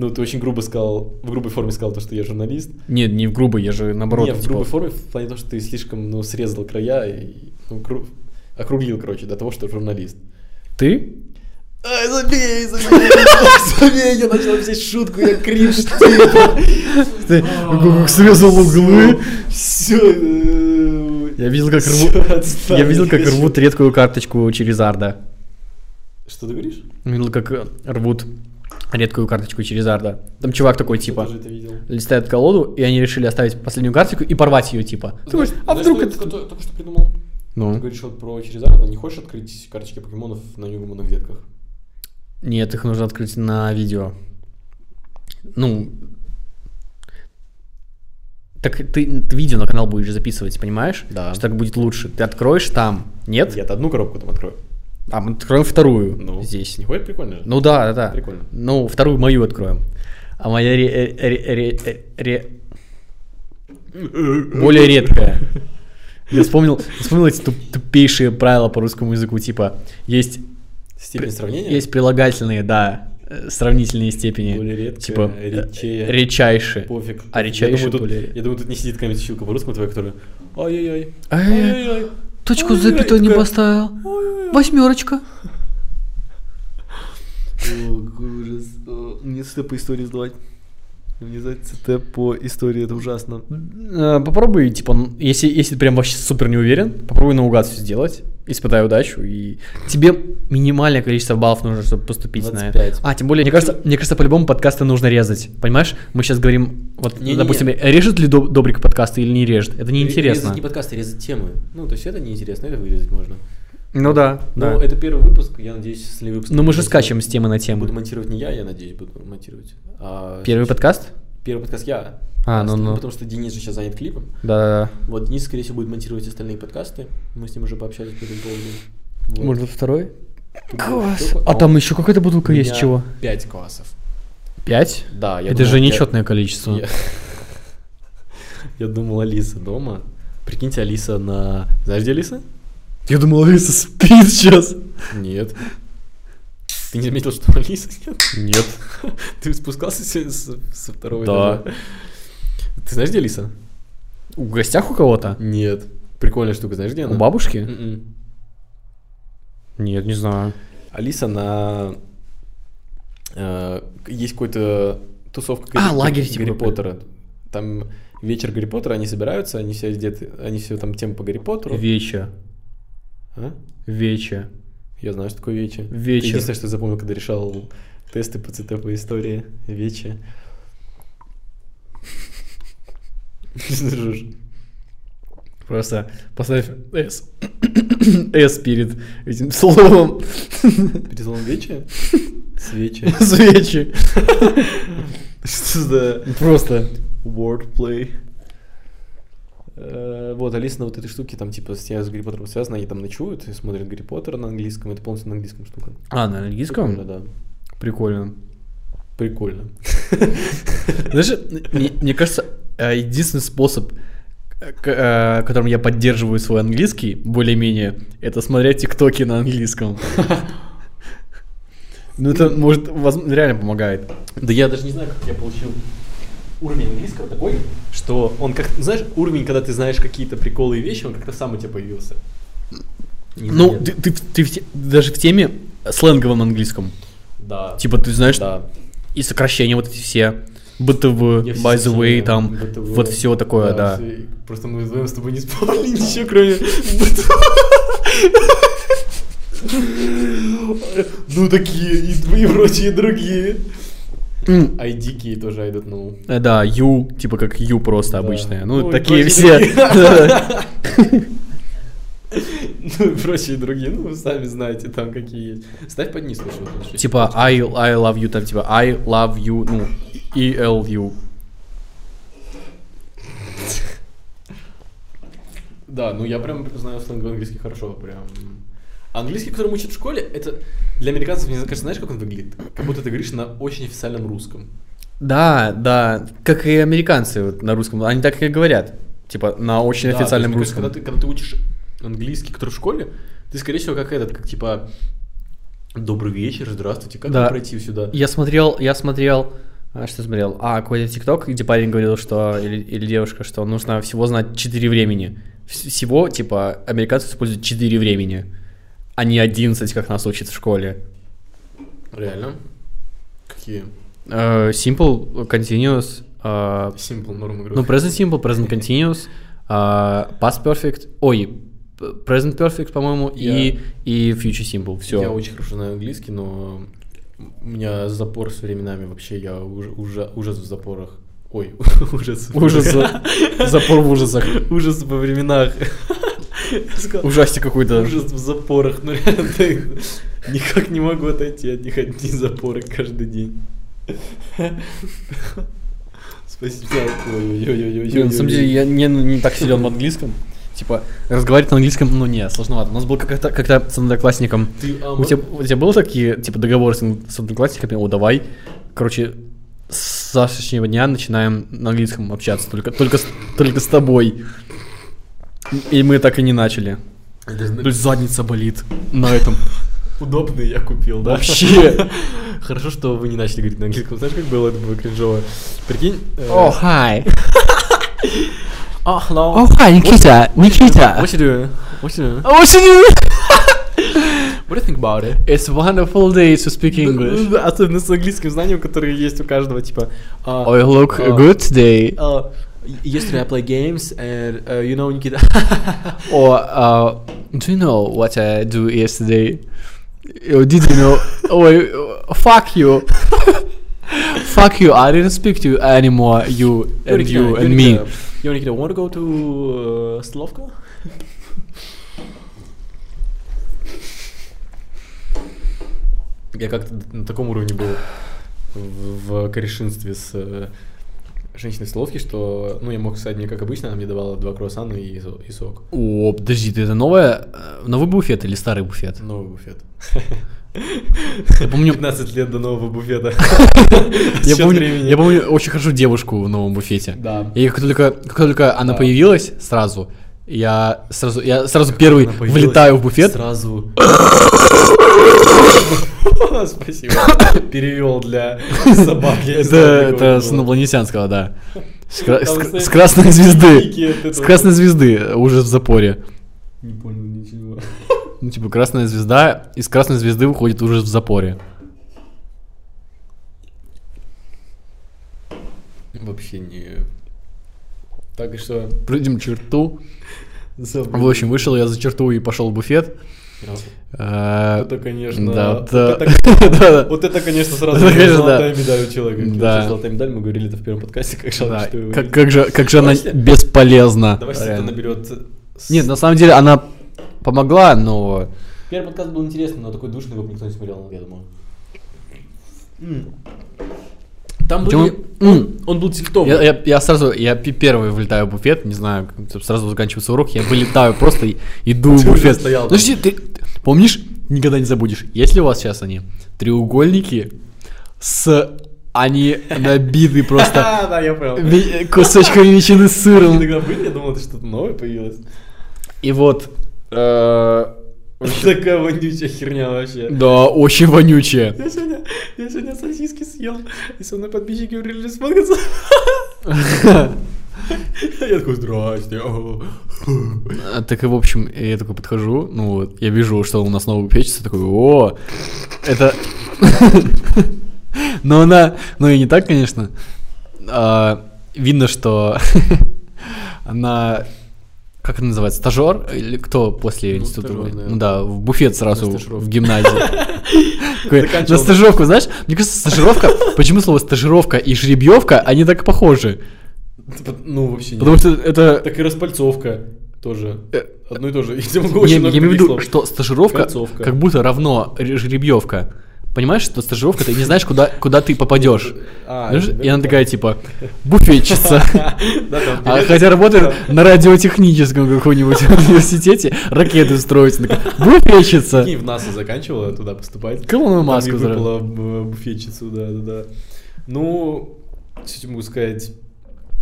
Ну, ты очень грубо сказал, в грубой форме сказал то, что я журналист. Нет, не в грубой, я же наоборот. Не, в типа, грубой форме, в плане того, что ты слишком, ну, срезал края и ну, кру- округлил, короче, до того, что журналист. Ты? Ай, забей, забей, забей, я начал здесь шутку, я кринж, типа. Ты А. как срезал углы. Все. Я видел, как рвут... Я видел, как рвут редкую карточку через Арда. Что ты говоришь? Видел, как э, рвут редкую карточку через Арда. Там чувак такой, Я типа, тоже это видел. листает колоду, и они решили оставить последнюю карточку и порвать ее, типа. Ты говоришь, а Знаешь, вдруг что я это... только- Только что придумал. Ты Ну, говоришь вот про через Арна, не хочешь открыть карточки покемонов на неугуманных ветках? нет, их нужно открыть на видео. Ну, так ты, ты видео на канал будешь записывать, понимаешь? Да. Что так будет лучше. Ты откроешь там, нет? Я-то одну коробку там открою. А мы откроем вторую Ну, здесь. Не ходит прикольно же? Ну да, да, да. Прикольно. Ну, вторую мою откроем. А моя ре- э- э- ре- э- ре- более редкая. Я вспомнил, вспомнил эти туп- тупейшие правила по русскому языку, типа есть, Степень сравнения? есть прилагательные, да, э, сравнительные степени. Более редкая, типа э, редчее. редчайшие. Пофиг. А я редчайшие думаю, тут, более- я думаю, тут не сидит какая-нибудь щука по-русскому твоя, которая... Ай-яй-яй. Э, Ай-яй-яй. Точку Ой, запятой не редкая. поставил. Восьмерочка. О, какой ужас. О, Мне ЦТ по истории сдавать. Мне сдать ЦТ по истории, это ужасно. Э, Попробуй, типа, н- если, если ты прям вообще супер не уверен, попробуй наугад все сделать, испытай удачу, и тебе минимальное количество баллов нужно, чтобы поступить на это. 25. А, тем более, мне кажется, мне кажется, по-любому подкасты нужно резать, понимаешь? Мы сейчас говорим, вот, Не-не-не. допустим, режет ли Доб- Добрик подкасты или не режет, это неинтересно. Резать не подкасты, резать темы. Ну, то есть это неинтересно, это вырезать можно. Ну да, да. Но это первый выпуск, я надеюсь, если выпуск... Но Ну, мы же получится, скачем с темы на Буду тему. монтировать не я, я надеюсь, буду монтировать. А Первый подкаст? Первый подкаст я. А, ну, ну. Потому что Денис же сейчас занят клипом. Да, Вот, Денис, скорее всего, будет монтировать остальные подкасты. Мы с ним уже пообщались по этому поводу. Вот. Можно второй? Тут Класс. Стёпа- А у там еще какая-то бутылка есть меня чего? Пять классов. Пять? Да, я Это думал, же я- *laughs* нечетное количество. Я... я думал, Алиса дома. Прикиньте, Алиса на... Знаешь, где Алиса? Я думал, Алиса спит сейчас. Нет. Ты не заметил, что Алиса нет? Нет. Ты спускался сегодня с- со второго Да. этажа? Ты знаешь, где Алиса? У гостях у кого-то? Нет. Прикольная штука, знаешь, где она? М-м. У бабушки? Мгм. Нет, не знаю. Алиса на... э, есть какой-то тусовка А, Гарри- лагерь типа Гарри какой-то. Поттера. Там вечер Гарри Поттера, они собираются, они все сидят, они все там тем по Гарри Поттеру. Веча. А? Веча. Я знаю, что такое вече. Вечер. Это единственное, что я запомнил, когда решал тесты по ЦТ по истории. Вече. *laughs* Что ты ржёшь? Просто поставь *coughs* С. С перед этим словом. Перезлом *laughs* вече? Свечи. Свечи. Что за Просто. wordplay? Э, Вот, Алиса на вот этой штуке, там, типа, с я с Гарри Поттером связана, они там ночуют и смотрят Гарри Поттера на английском, это полностью на английском штука. А, на Прикольно, английском? да. Прикольно. *laughs* Прикольно. Знаешь, мне, мне кажется, э, единственный способ, э, к- э, которым я поддерживаю свой английский, более-менее, это смотря тиктоки на *laughs* английском. Ну, это, может, возм- реально помогает. Да я даже не знаю, как я получил уровень английского такой, что он как... Знаешь, уровень, когда ты знаешь какие-то приколы и вещи, он как-то сам у тебя появился. Не Ну, знаю. ты, ты в- ты в те- даже в теме сленговом английском. Да. Типа, ты знаешь, да. и сокращения вот эти все. БТВ, Я все by the way, сочиняю. там, BTW. вот все такое, да. всё. Просто мы вдвоем с тобой не спорили ничего, кроме... Ну, такие, и вы, и прочие другие. М, А и дикие тоже, I don't know. э, Да, ю, типа как ю просто обычная. Ну, Ой, такие прочие все. *laughs* другие. *laughs* Да-да-да. Ну, и прочие другие, ну, вы сами знаете там какие есть. Ставь под низ лучше. вот эту штуку. Типа I, I love you, там типа I love you, ну, E L U. Да, ну я прям знаю сленг английский хорошо, прям. Английский, который мы учат в школе, это для американцев, мне кажется, знаешь, как он выглядит? Как будто ты говоришь на очень официальном русском. Да, да, как и американцы вот, на русском, они так и говорят. Типа на очень Да, то официальном есть, мне русском. кажется, Когда ты, когда ты учишь английский, который в школе, ты, скорее всего, как этот, как типа «Добрый вечер, здравствуйте, как Да. вам пройти сюда?» Я смотрел, я смотрел э, А что смотрел? А, какой-то ТикТок, где парень говорил, что, или, или девушка, что нужно всего знать 4 времени. Вс- Всего, типа, американцы используют 4 времени, а не 11, как нас учат в школе. Реально? Какие? Э, simple, continuous, э, Simple норм игры. ну, present simple, present continuous, э, past perfect, ой, п- present perfect, по-моему, и, и future simple, все. Я очень хорошо знаю английский, но у меня запор с временами вообще, я уже, уже, ужас в запорах. Ой, *laughs* ужас. Ужас, за- запор в ужасах. Ужас во временах. Я сказал, Ужастик какой-то. Ужас в запорах, ну реально, ты- никак не могу отойти от них одни запоры каждый день. Спасибо. Ой-ой-ой-ой-ой-ой. Блин, на самом деле, я не, ну, не так силен в английском. Типа, разговаривать на английском, ну не, сложновато. У нас был как-то как с одноклассником. Ты, а, У тебя, у тебя были такие, типа, договоры с, с одноклассниками? О, давай, короче, с завтрашнего дня начинаем на английском общаться, только, только, с- только с тобой. И мы так и не начали. То есть задница болит на этом. ну, Удобный я купил, да? Вообще. Хорошо, что вы не начали говорить на английском. Знаешь, как было? Это было кринжово. Прикинь, э, хай. Oh, ну, hello. hi, Nikita, Nikita. What you doing? What you doing? What you do? What do you think about it? It's wonderful day to speak English. Да, Особенно с английским знанием, которое есть у каждого, типа... а, I look а, good today. а, Yesterday I play games, and uh, you know, Nikita... Or uh, do you know what I do yesterday? Or did you know? oh, uh, fuck you! *laughs* fuck you! I didn't speak to you anymore. You *laughs* and Nikita, you and me. Nikita, You, Nikita, want to go to uh, Slovka? *laughs* Я как-то на таком уровне был в, в корешинстве с э, женщиной Словки, что, ну, я мог сказать не как обычно, она мне давала два круассана и, со- и сок. О, подожди, ты это новое, э, новый буфет или старый буфет? Новый *laughs* буфет. Я помню, 15 лет до нового *laughs* буфета. я Счет помню, времени. я помню очень хорошо девушку в новом буфете. Да. И как только, как только она Да. появилась, сразу я сразу, я сразу первый Она появилась влетаю в буфет. *laughs* Сразу. Спасибо. Перевел для собаки. Это, это с инопланетянского, да. С, кра- Там, с- знаешь, с красной звезды. Пики от этого. С красной звезды. э, Ужас в запоре. Не понял ничего. Ну, типа, красная звезда, из красной звезды выходит ужас в запоре. Вообще не... Так и что... Прыгнем черту. забыл. В общем, вышел я за черту и пошел в буфет. Э, *laughs* Это, конечно... Да, вот да. это- *laughs* Да. Вот это, конечно, сразу Это, конечно, золотая да. медаль у человека. Да. Вообще Золотая медаль, мы говорили это в первом подкасте, как жалко, да, что его Как нет. как же как же она Давай, бесполезна. Давай, если это Реально. наберет... с- Нет, на самом деле она помогла, но... Первый подкаст был интересный, но такой душный его никто не смотрел, я думаю. Там Причем были... он- м. Он был тиктовый. *laughs* Я, я- я сразу, я пи- первый вылетаю в буфет, не знаю, как- сразу заканчивается урок, я вылетаю просто и иду в Ты уже буфет. стоял там. Подожди, ты помнишь, никогда не забудешь, если у вас сейчас они треугольники с... Они набиты просто Да, я *laughs* понял. ве- кусочками ветчины с Они сыром. тогда были, я думал, это что-то новое появилось. И вот... э, Такая вонючая херня вообще. Да, очень вонючее. Я сегодня, я сегодня сосиски съел, и со мной подписчики решили *laughs* сфоткаться. Я такой, здрасте. А, Так и, в общем, я такой подхожу, ну вот, я вижу, что у нас новый печется, такой, о, это... *laughs* Но она, ну и не так, конечно. А, Видно, что *laughs* она, как это называется, стажер? Или кто после Ну, института? стажёр, будет? наверное. Ну да, в буфет сразу, На стажировку. *laughs* в гимназии. Такой, На Заканчивал. стажировку, знаешь, мне кажется, стажировка, почему слово стажировка и жеребьевка, они так похожи. Ну, вообще Потому нет. что это Так и распальцовка тоже. Э, Одно и то же. *laughs* Я тебе могу Не, очень я много имею в других виду, слов. что стажировка Кольцовка. как будто равно ре- жеребьевка. Понимаешь, что стажировка, ты не знаешь, куда, куда ты попадешь. А, Понимаешь? да, И она да. такая, типа, *laughs* буфетчица. *laughs* Да, там А билет- хотя работает Да. на радиотехническом каком-нибудь *laughs* университете, ракеты строить, она такая, буфетчица. Прикинь, в НАСА заканчивала туда поступать. Кому Там ей маску зра- выпала б- буфетчицу, да, да, да. Ну, что тебе могу сказать?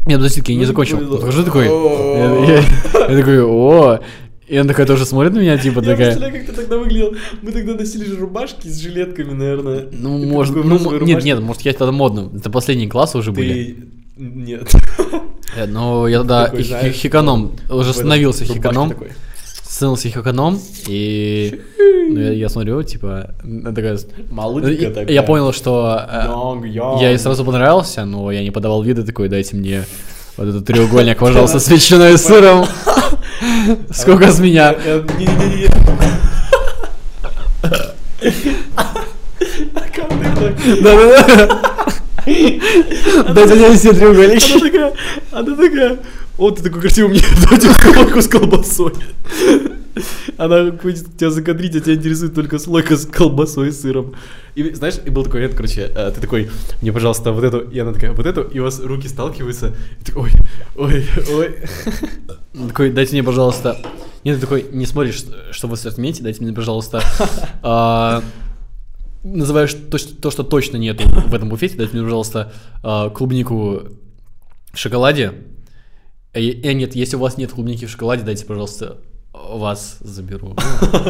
Нет, подожди, я не Ну, закончил. повезло. Подхожу такой, О. я я- я такой, о, И она такая тоже смотрит на меня, типа Я такая... представляю, как ты тогда выглядел. Мы тогда носили же рубашки с жилетками, наверное. Ну, И может, такой ну, розовый м- нет, рубашки. нет, может, я тогда модным. Это последние классы уже были. Ты... Нет. Э, Но я тогда такой, хи- знаешь, хиконом, *laughs* уже становился Рубашки хиконом, такой. становился хиконом, и ну, я, я смотрю, типа, она такая... ну, Малышка И- такая. Я понял, что э, Young, young. я ей сразу понравился, но я не подавал вида такой, дайте мне вот этот *laughs* треугольник, пожалуйста, с ветчиной и сыром. *laughs* Сколько с меня? Э, *laughs* *laughs* Не-не-не. А Как ты так? Да-да-да. Дайте мне все треугольники. Она такая, она такая, вот ты такой красивый, мне дайте слойку с колбасой. Она хочет тебя закадрить, а тебя интересует только слойка с колбасой и сыром. И знаешь, и был такой момент, короче, э, ты такой, мне, пожалуйста, вот эту, и она такая, вот эту, и у вас руки сталкиваются, и ты ой, ой, ой. *laughs* Он Такой, дайте мне, пожалуйста... Нет, он такой, не смотришь, что- что в ассортименте, дайте мне, *laughs* пожалуйста... а, Называешь то, что- то, что точно нету в этом буфете, дайте мне, пожалуйста, а, клубнику в шоколаде. Э, э, нет, если у вас нет клубники в шоколаде, дайте, пожалуйста, вас *laughs* заберу. Ну,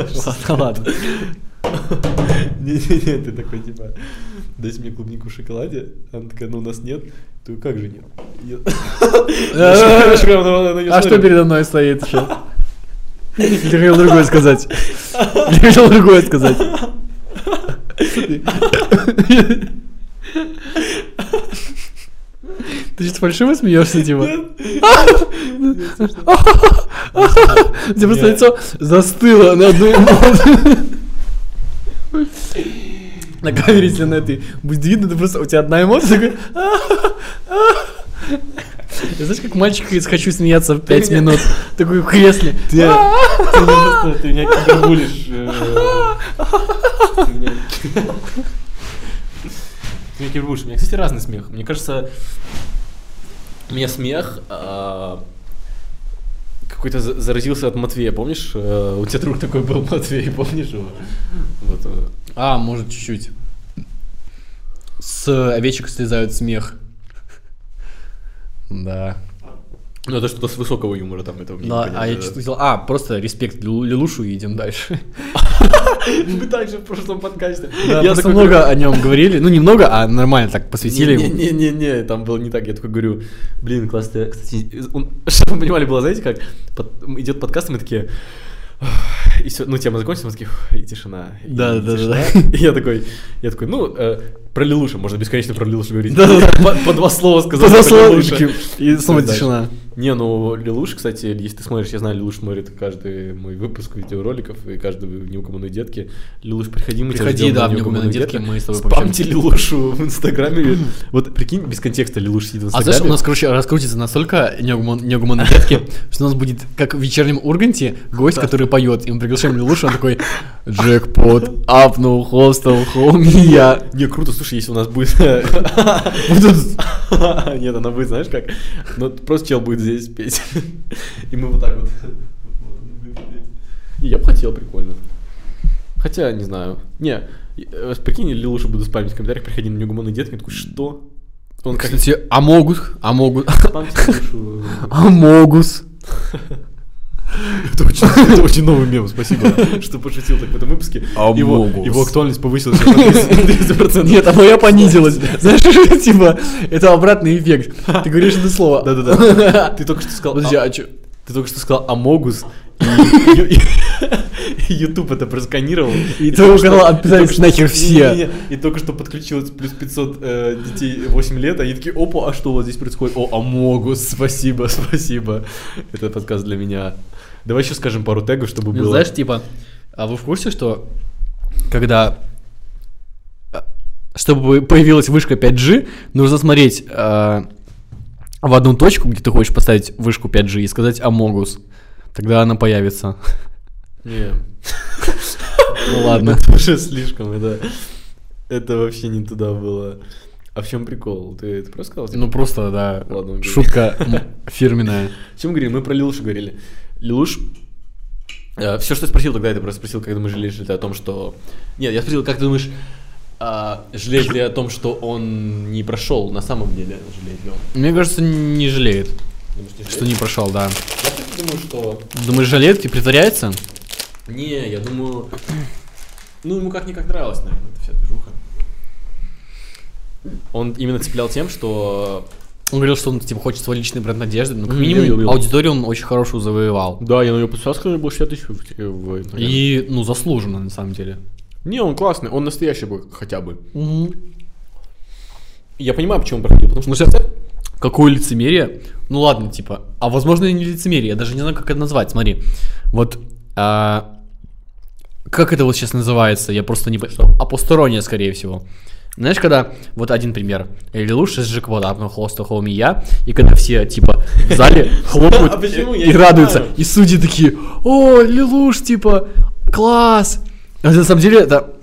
Ладно, ладно. Не-не-не, ты такой, типа, дайте мне клубнику в шоколаде. Она такая, ну у нас нет. Ты как же нет? Нет. Я прям на- на неё А что смотрю. *laughs* передо мной стоит еще? Ты хотел другое сказать. Ты хотел другое сказать. Ты сейчас фальшиво смеешься, типа? У тебя просто Нет. лицо застыло на одной эмоции. На камере, если на этой будет видно, ты просто, у тебя одна эмоция, такой, «А, Я знаешь, как мальчик из «Хочу смеяться» в 5 меня- минут, такой в кресле. Ты, ты меня просто, ты меня кибербулишь. э, Ты меня ты меня кибербулишь. У меня, кстати, разный смех. Мне кажется, у меня смех а, какой-то за- заразился от Матвея, помнишь? Э, У тебя друг такой был *laughs* Матвей, помнишь его? Вот. э, А, может, чуть-чуть. С овечек слезают смех. Да. Ну, это что-то с высокого юмора там, этого мне Да, непонятно, а я да. чуть хотел- А, просто респект Лю- Лилушу и идем дальше. *laughs* Мы также в прошлом подкасте. Да, Я просто такой много говорю, о нем говорили. Ну, немного, а нормально так посвятили. Не- его. Не, не, не, не, там было не так. Я такой говорю, блин, классно. Кстати, он- *laughs* чтобы вы понимали, было, знаете, как под- идет подкаст, и мы такие. «Ах», И все, ну тема закончится, мы такие, «Ух», и тишина. и Да, да, да, тишина. да. И я такой, я такой, ну, э, про Лилуша, можно бесконечно про Лилуша говорить. Да, да, да. По, по два слова сказать. По два про слова, Лилуша. такие, и снова дальше. тишина. Не, ну Лилуш, кстати, если ты смотришь, я знаю, Лилуш смотрит каждый мой выпуск видеороликов и каждый неугомонной детки. Лилуш, приходи, мы тебя Приходи, ждем на да, в «Неугомонной «Неугомонной детке», детке». мы с тобой Спамьте Лилушу в Инстаграме. *laughs* Вот прикинь, без контекста Лилуш сидит в А Инстаграме. знаешь, у нас, короче, раскрутится настолько неугуманные детки, *laughs* что у нас будет, как в вечернем Урганте, гость, который поет. И мы приглашаем Лилушу, он такой, джекпот, апнул, хостел, хоми, я. Не, круто, слушай, если у нас будет... Нет, она будет, знаешь как? Ну, просто чел будет здесь петь. И мы вот так вот. Не, Я бы хотел, прикольно. Хотя, не знаю. Не, э, прикинь, Лилуша буду спамить в комментариях, приходи на неугуманные детки, я такой, что? Он типа как Кстати, а могут, а могут, *laughs* спамьте Лилушу. а могут. Это очень, это очень новый мем, спасибо, что пошутил так в этом выпуске. А его, могут. его актуальность повысилась на 300%. Нет, а моя понизилась. Знаешь, *laughs* типа, это обратный эффект. Ты говоришь это слово. *laughs* Да-да-да. Ты только что сказал... Подожди, а- а чё? Ты только что сказал Амогус, и и- и YouTube это просканировал. И только твоего что- канала и отписались только что- нахер все. Не-не-не, И только что подключилось плюс 500 э, детей 8 лет, они такие, опа, а что у вас здесь происходит? О, Амогус, спасибо, *laughs* спасибо. Это подкаст для меня. Давай еще скажем пару тегов, чтобы Ну, было. знаешь, типа, а вы в курсе, что когда а, чтобы появилась вышка 5G, нужно смотреть а, в одну точку, где ты хочешь поставить вышку 5G и сказать Амогус. Тогда она появится. Не. Ну ладно. Это *laughs* уже слишком, это... Это вообще не туда было. А в чем прикол? Ты, ты просто сказал? типа, Ну просто, да, ладно, убей. шутка м, фирменная. О чем говорили? Мы про Лилушу говорили. Лилуш... все, что я спросил тогда, это просто спросил, как думаешь, жалеешь ли ты о том, что... Нет, я спросил, как ты думаешь, а, жалеешь ли о том, что он не прошел на самом деле, жалеет ли он? Мне кажется, не жалеет, Думаешь, не что жалеет? не прошел, да. Я, кстати, думаю, что... Думаешь, жалеет и притворяется? Не, я думаю... Ну, ему как-никак нравилась, наверное, эта вся движуха. Он именно цеплял тем, что... Он говорил, что он типа хочет свой личный бренд одежды. Ну, как Мгм, минимум, любил, любил. аудиторию он очень хорошую завоевал. Да, я на него подписался, когда было 60 тысяч в- в Инстаграме. И, ну, заслуженно, на самом деле. Не, он классный, он настоящий был хотя бы. Я понимаю, почему он проходил, потому что... Ну, сейчас, какое лицемерие? Ну, ладно, типа, а возможно и не лицемерие, я даже не знаю, как это назвать, смотри. Вот, а, как это вот сейчас называется, я просто не... по- А постороннее, скорее всего. Знаешь, когда, вот один пример, или лучше с Жеквода, ну, холста, хоуми, я, и когда все, типа, в *laughs* зале хлопают А почему? Я и не радуются, знаю. и судьи такие, о, Лилуш, типа, класс. А На самом деле это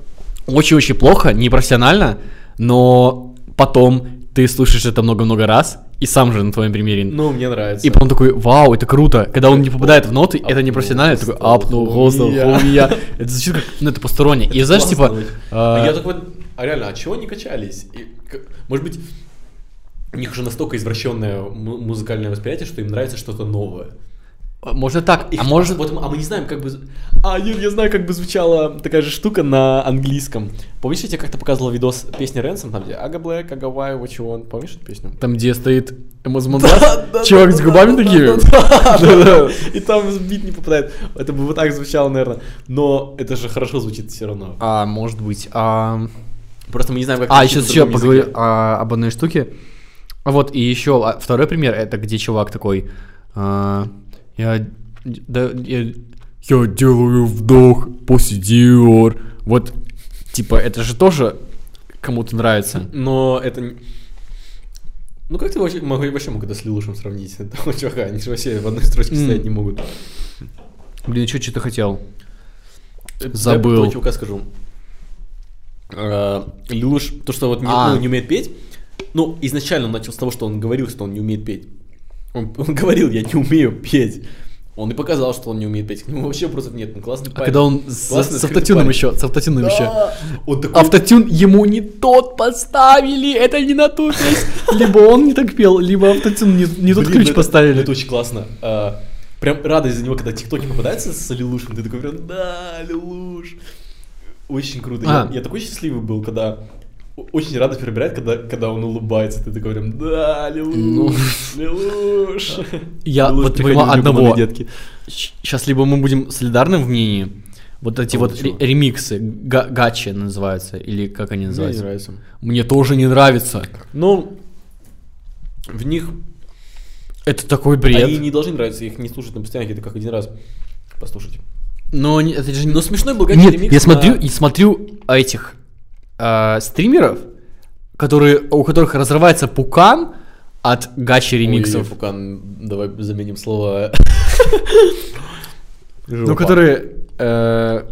очень-очень плохо, непрофессионально, но потом ты слушаешь это много-много раз, и сам же на твоем примере. Ну, мне нравится. и потом такой, вау, это круто. Когда он не попадает в ноты, это Апнул, непрофессионально, я такой, стал апнул, гостал, хуя». хуя. Это звучит как, ну это постороннее. И знаешь, типа, А э, Я такой, а реально, а чего они качались? И к- может быть, у них уже настолько извращенное му- музыкальное восприятие, что им нравится что-то новое. можно так, И а может... вот, а мы не знаем, как бы... з- А, Юр, я знаю, как бы звучала такая же штука на английском. Помнишь, я тебе как-то показывал видос песни Рэнсом, там где Ага Блэк, Ага Вай, What You Want? Помнишь эту *laughs* песню? Там, где стоит Эмоз Мандас, чувак с губами такими. Да-да. *laughs* И там бит не попадает. Это бы вот так звучало, наверное. Но это же хорошо звучит все равно. *laughs* А, может быть. А, Просто мы не знаем, как... а это сейчас звучит на еще другом поговорю языке. а, об одной штуке. А Вот, и еще а, второй пример, это где чувак такой... а, я, д- да, я- я делаю вдох, посидиор. Вот, типа, это же тоже кому-то нравится. Но это... не- Ну как ты вообще, могу, вообще мог это с Лилушем сравнить? *laughs* Этого чувака, они же вообще в одной строчке М. стоять не могут. Блин, что ты хотел? Э, Я Забыл. про чувака скажу. Э, Лилуш, то, что вот не, А. ну, не умеет петь, ну, изначально он начал с того, что он говорил, что он не умеет петь. Он, *laughs* он говорил, я не умею петь. Он и показал, что он не умеет петь. К нему вообще вопросов нет, он классный А когда он с, Классный с открытый автотюном парень. еще, с автотюном еще. Он такой, Автотюн ему не тот поставили, это не на ту песню. Либо он не так пел, либо автотюн не, не «Блин, ну тот ключ это- поставили. Это очень классно. Э, Прям радость за него, когда тиктоки попадаются с Лилушем, ты такой прям, да, Лилуш. Очень круто. Я- А. Я, такой счастливый был, когда о- очень радость пробирает, когда, когда он улыбается. Ты такой прям, да, Ну. Лилуш, Лилуш. *laughs* Я Лилуш вот приходил понимаю в любом одного. доме, детки. Сейчас либо мы будем солидарны в мнении, вот эти А вот вот ре- чего? ремиксы, га- гачи называются, или как они Мне не называются. нравится. Мне тоже не нравится. Ну, в них Это такой они бред. не должны нравиться, их не слушать на постоянке, это как один раз послушать. Но они- это же не- Но смешной был Ну, Нет, ремикс на- я смотрю, и смотрю этих а, стримеров, которые, у которых разрывается пукан от гачи ремиксов. Ой, Фукан, давай заменим слово. Ну, которые... э,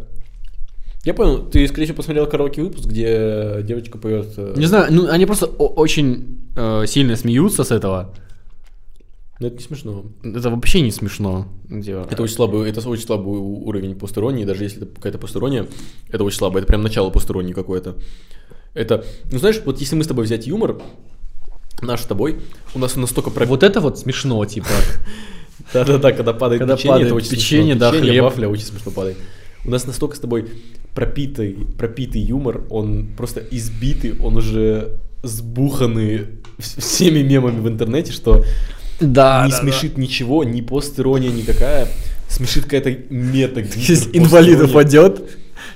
Я понял, ты, скорее всего, посмотрел караоке выпуск, где э, девочка поет... не знаю, ну, они просто о- очень э, сильно смеются с этого. Но ну, это не смешно. Это вообще не смешно. Типа, Это очень слабый, это очень слабый у- уровень посторонней, даже если это какая-то посторонняя, это очень слабо, это прям начало посторонней какое-то. Это, ну знаешь, вот если мы с тобой взять юмор, наш с тобой, у нас он настолько про... Вот это вот смешно, типа. Да-да-да, когда падает Когда печенье, падает это очень печенье, смешно. да, печенье, хлеб. вафля очень смешно падает. У нас настолько с тобой пропитый, пропитый юмор, он просто избитый, он уже сбуханный вс- всеми мемами в интернете, что Да, не смешит ничего, ни посторонняя никакая, смешит какая-то мета. *laughs* Из инвалидов пойдет,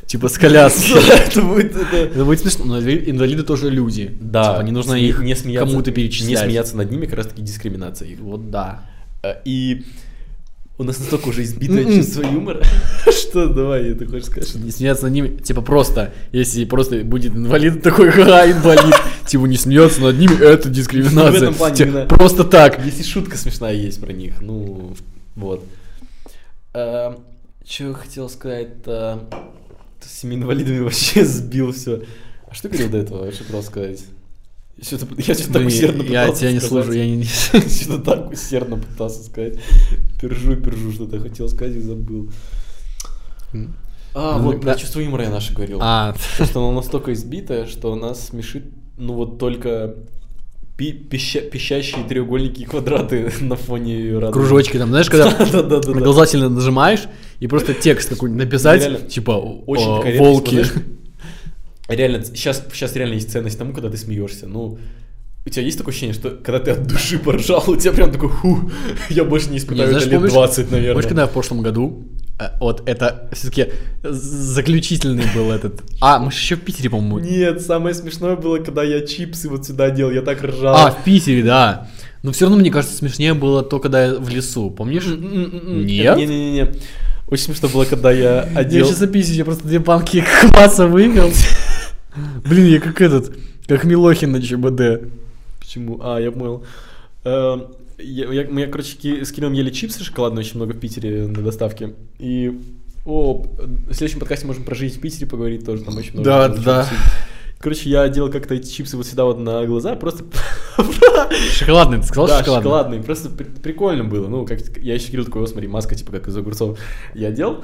типа *laughs* с *laughs* коляски. Это будет... это- Это Ну, будет смешно, но инвали- инвалиды тоже люди. Да, Типа, не нужно сме- их не смеяться- кому-то перечислять. Не смеяться над ними, как раз таки дискриминация их. Вот да. А, И у нас настолько уже избитое Мгм. чувство юмора, *laughs* что давай, ты хочешь сказать, что Не смеяться над ними, типа просто, если просто будет инвалид *laughs* такой, ха, инвалид, типа не смеяться над ними, это В дискриминация. этом плане Типа, именно- Просто *laughs* так. Если шутка смешная есть про них, ну вот. Че хотел сказать-то? Ты С семи инвалидами вообще *laughs* сбил все. А что говорил до этого? Что хотел сказать? Что-то, я что-то так Мы- усердно Ну, Я пытался тебя не сказать. *laughs* служу, я *laughs* не... Что-то так усердно пытался сказать. Пержу, пержу, что-то хотел сказать и забыл. А, Ну, вот, про да. чувство юмора я наше *laughs* говорил. А, То, что оно настолько избитое, что нас смешит, ну вот только пи- пища- пищащие треугольники и квадраты *laughs* на фоне ее радуги. *laughs* Кружочки там, знаешь, *laughs* когда Да-да-да-да. на глаза сильно нажимаешь и просто текст какой-нибудь Реально. написать, типа Очень а, корректно, волки. знаешь. Реально, сейчас, сейчас реально есть ценность тому, когда ты смеешься. Ну, у тебя есть такое ощущение, что когда ты от души поржал, у тебя прям такой, ху, *laughs* я больше не испытаю Не, знаешь, это лет помнишь- 20, наверное. Помнишь, когда в прошлом году, э, вот это все-таки заключительный был этот. А, мы же еще в Питере, по-моему. Нет, самое смешное было, когда я чипсы вот сюда делал, я так ржал. А, в Питере, да. Но все равно, мне кажется, смешнее было то, когда я в лесу, помнишь? Нет? Не-не-не. Очень смешно было, когда я *laughs* Я одел... сейчас описываю, я просто две *laughs* банки кваса выпил. Блин, я как этот, как Милохин на ЧБД. Почему? А, я понял. Эм, Я, я- мы, короче, ки- с Кириллом ели чипсы шоколадные очень много в Питере на доставке. И о, в следующем подкасте можем про жизнь в Питере поговорить тоже, там очень много. Да, чего да. обсудить. Короче, я делал как-то эти чипсы вот сюда вот на глаза, просто... *laughs* Шоколадный, ты сказал Да, шоколадный? шоколадные, просто при- прикольно было. Ну, как я еще Кирилл такой, «О, смотри, маска, типа, как из огурцов. Я делал,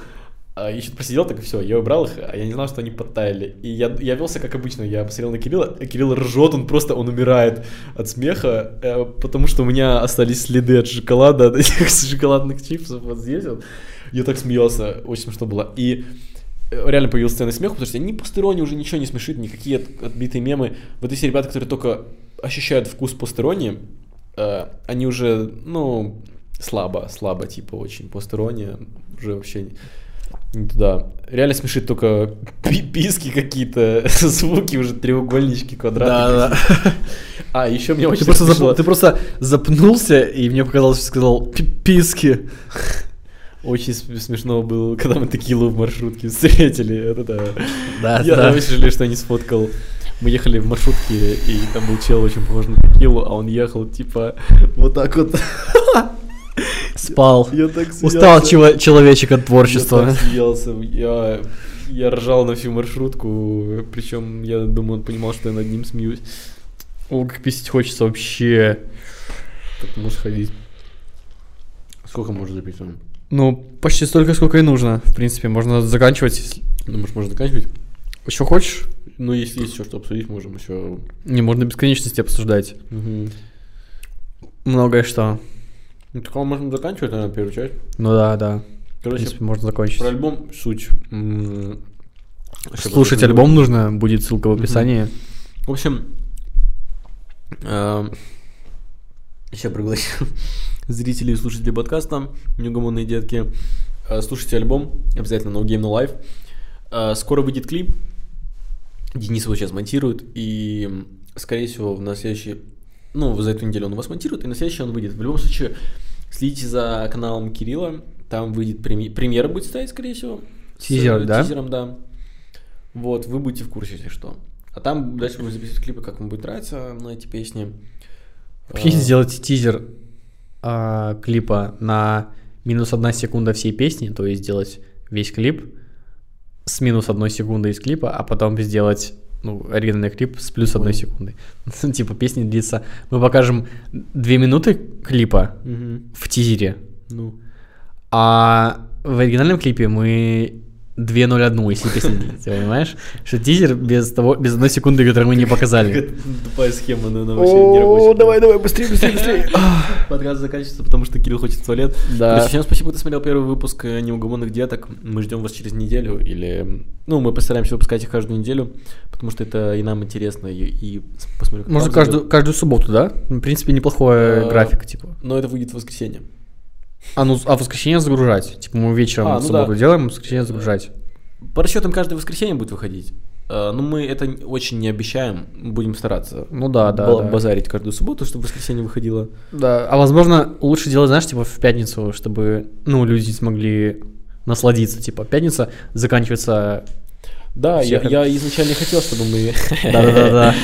а еще просидел так и все, я убрал их, а я не знал, что они подтаяли. И я, я велся, как обычно, я посмотрел на Кирилла, а Кирилл ржет, он просто, он умирает от смеха, э, потому что у меня остались следы от шоколада, от этих *laughs* шоколадных чипсов вот здесь вот. Я так смеялся, очень смешно было. И э, реально появилась сцена смеха, потому что ни постерони уже ничего не смешит, никакие от- отбитые мемы. Вот эти ребята, которые только ощущают вкус постерони, э, они уже, ну, слабо, слабо, типа, очень постерони, уже вообще не туда. Реально смешит только пи- писки какие-то, *laughs* звуки уже, треугольнички, квадраты. Да, да. А, еще мне очень Ты просто, смешно- зап- ты просто запнулся, и мне показалось, что сказал пиписки. Очень см- смешно было, когда мы текилу в маршрутке встретили. Это да. Да, Я А, да. очень жалею, что я не сфоткал. Мы ехали в маршрутке, и там был чел очень похож на текилу, а он ехал типа вот так вот. *laughs* Спал. Я так смеялся. Устал чело- человечек от Я творчества. так смеялся. Я, я ржал на всю маршрутку, причем я думаю, он понимал, что я над ним смеюсь. О, как писать хочется вообще. Так можешь ходить. Сколько можно записывать? Ну, почти столько, сколько и нужно. В принципе, можно заканчивать. если- Думаешь, можно заканчивать? Еще хочешь? Ну, если есть еще что обсудить, можем еще... Не, можно бесконечности обсуждать. Многое что. Ну, так а можем заканчивать, наверное, первую часть. Ну да, да. В Короче, принципе, можно закончить. про альбом суть. М, чтобы Слушать это было. альбом нужно, будет ссылка в описании. В общем, эм, еще пригласил *laughs* зрителей и слушателей подкаста «Неугомонные детки». Э, Слушайте альбом, обязательно No Game No Life. Э, Скоро выйдет клип. Денис его сейчас монтирует, и, м, скорее всего, на следующий... Ну, за эту неделю он его смонтирует, и на следующий он выйдет. В любом случае, следите за каналом Кирилла, там выйдет преми- премьера будет стоять, скорее всего. с, Тизер, э, да? Тизером, да. Вот, вы будете в курсе, если что. А там дальше будем записывать клипы, как вам будет нравиться на эти песни. Прикинь, А, сделать тизер а, клипа на минус одна секунда всей песни, то есть сделать весь клип с минус одной секунды из клипа, а потом сделать ну, оригинальный клип с плюс одной Понял. секунды. *laughs* Типа песня длится... Мы покажем две минуты клипа мгм, в тизере, Ну, а в оригинальном клипе мы 2.01, если песня длится, понимаешь? Что тизер без того, без одной секунды, которую мы не показали. какая-то тупая схема, но она вообще не рабочая. давай, быстрее, быстрее, быстрее. Подкаст заканчивается, потому что Кирилл хочет в туалет. Да. Короче, всем спасибо, кто смотрел первый выпуск э, «Неугомонных деток». Мы ждем вас через неделю или... Ну, мы постараемся выпускать их каждую неделю, потому что это и нам интересно, и, и посмотрим, как Можно вам каждую, зайдет. каждую субботу, да? Ну, В принципе, неплохой Э, график, типа. Но это выйдет в воскресенье. А, ну, а в воскресенье загружать. Типа мы вечером А, в ну субботу да. делаем, а в воскресенье загружать. По расчетам, каждое воскресенье будет выходить. Э, Но мы это н- очень не обещаем, будем стараться. Ну да, да, ба- да. Базарить каждую субботу, чтобы в воскресенье выходило. Да, А возможно, лучше делать, знаешь, типа в пятницу, чтобы, ну, люди смогли насладиться. Типа пятница *laughs* заканчивается... Да, я, Всех- я изначально хотел, чтобы мы... *laughs* Да-да-да-да.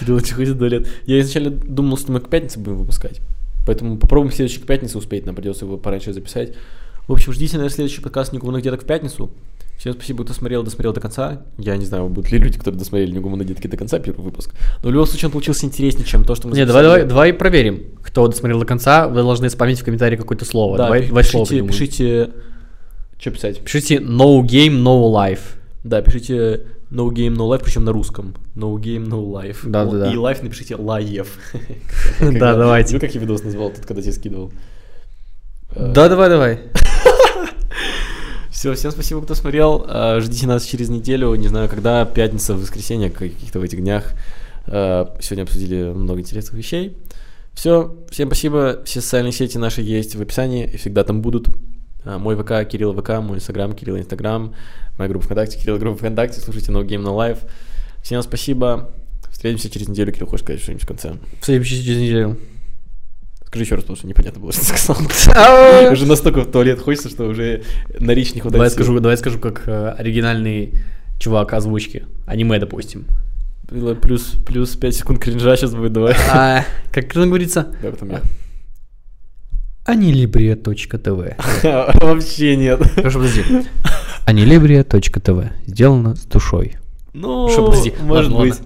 Кирилл очень хочет туалет. Я изначально думал, что мы к пятнице будем выпускать. Поэтому попробуем в следующий к пятнице успеть, нам придется его пораньше записать. В общем, ждите, наверное, следующий подкаст «Негуманных деток» в пятницу. Всем спасибо, кто смотрел, досмотрел до конца. Я не знаю, будут ли люди, которые досмотрели «Негуманные детки» до конца первый выпуск. Но в любом случае он получился интереснее, чем то, что мы Не, давай, давай, давай проверим, кто досмотрел до конца. Вы должны спамить в комментарии какое-то слово. Да, давай, пи- два слова пишите, придумаем. пишите... Что писать? Пишите no game, no life. Да, пишите No Game No Life, причем на русском. No Game No Life. Да, да, да. И Life *laughs* напишите Лаев. *laughs* *laughs* Да, давайте. Ну, как я видос назвал тот, когда тебе скидывал? Да, давай, давай. Все, всем спасибо, кто смотрел. Э, Ждите нас через неделю, не знаю, когда, пятница, воскресенье, как- каких-то в этих днях. Э, Сегодня обсудили много интересных вещей. Все, всем спасибо. Все социальные сети наши есть в описании и всегда там будут. Э, Мой ВК, Кирилл ВК, мой Инстаграм, Кирилл Инстаграм, моя группа ВКонтакте, Кирилл группа ВКонтакте, слушайте No Game No Life. Всем спасибо. Встретимся через неделю. Кирилл, хочешь сказать что-нибудь в конце? В следующей через неделю. Скажи еще раз, потому что непонятно было, что ты сказал. Уже настолько в туалет хочется, что уже на речь не хватает Давай сил. скажу, давай скажу, как э, оригинальный чувак озвучки. Аниме, допустим. Было Плюс, плюс 5 секунд кринжа сейчас будет, давай. А, *laughs* как оно говорится? Да, потом я. Анилибрия.тв *laughs* Вообще нет. Хорошо, подожди. *laughs* Анилибрия.тв Сделано с душой. Ну, Шо, подожди, может ладно, быть.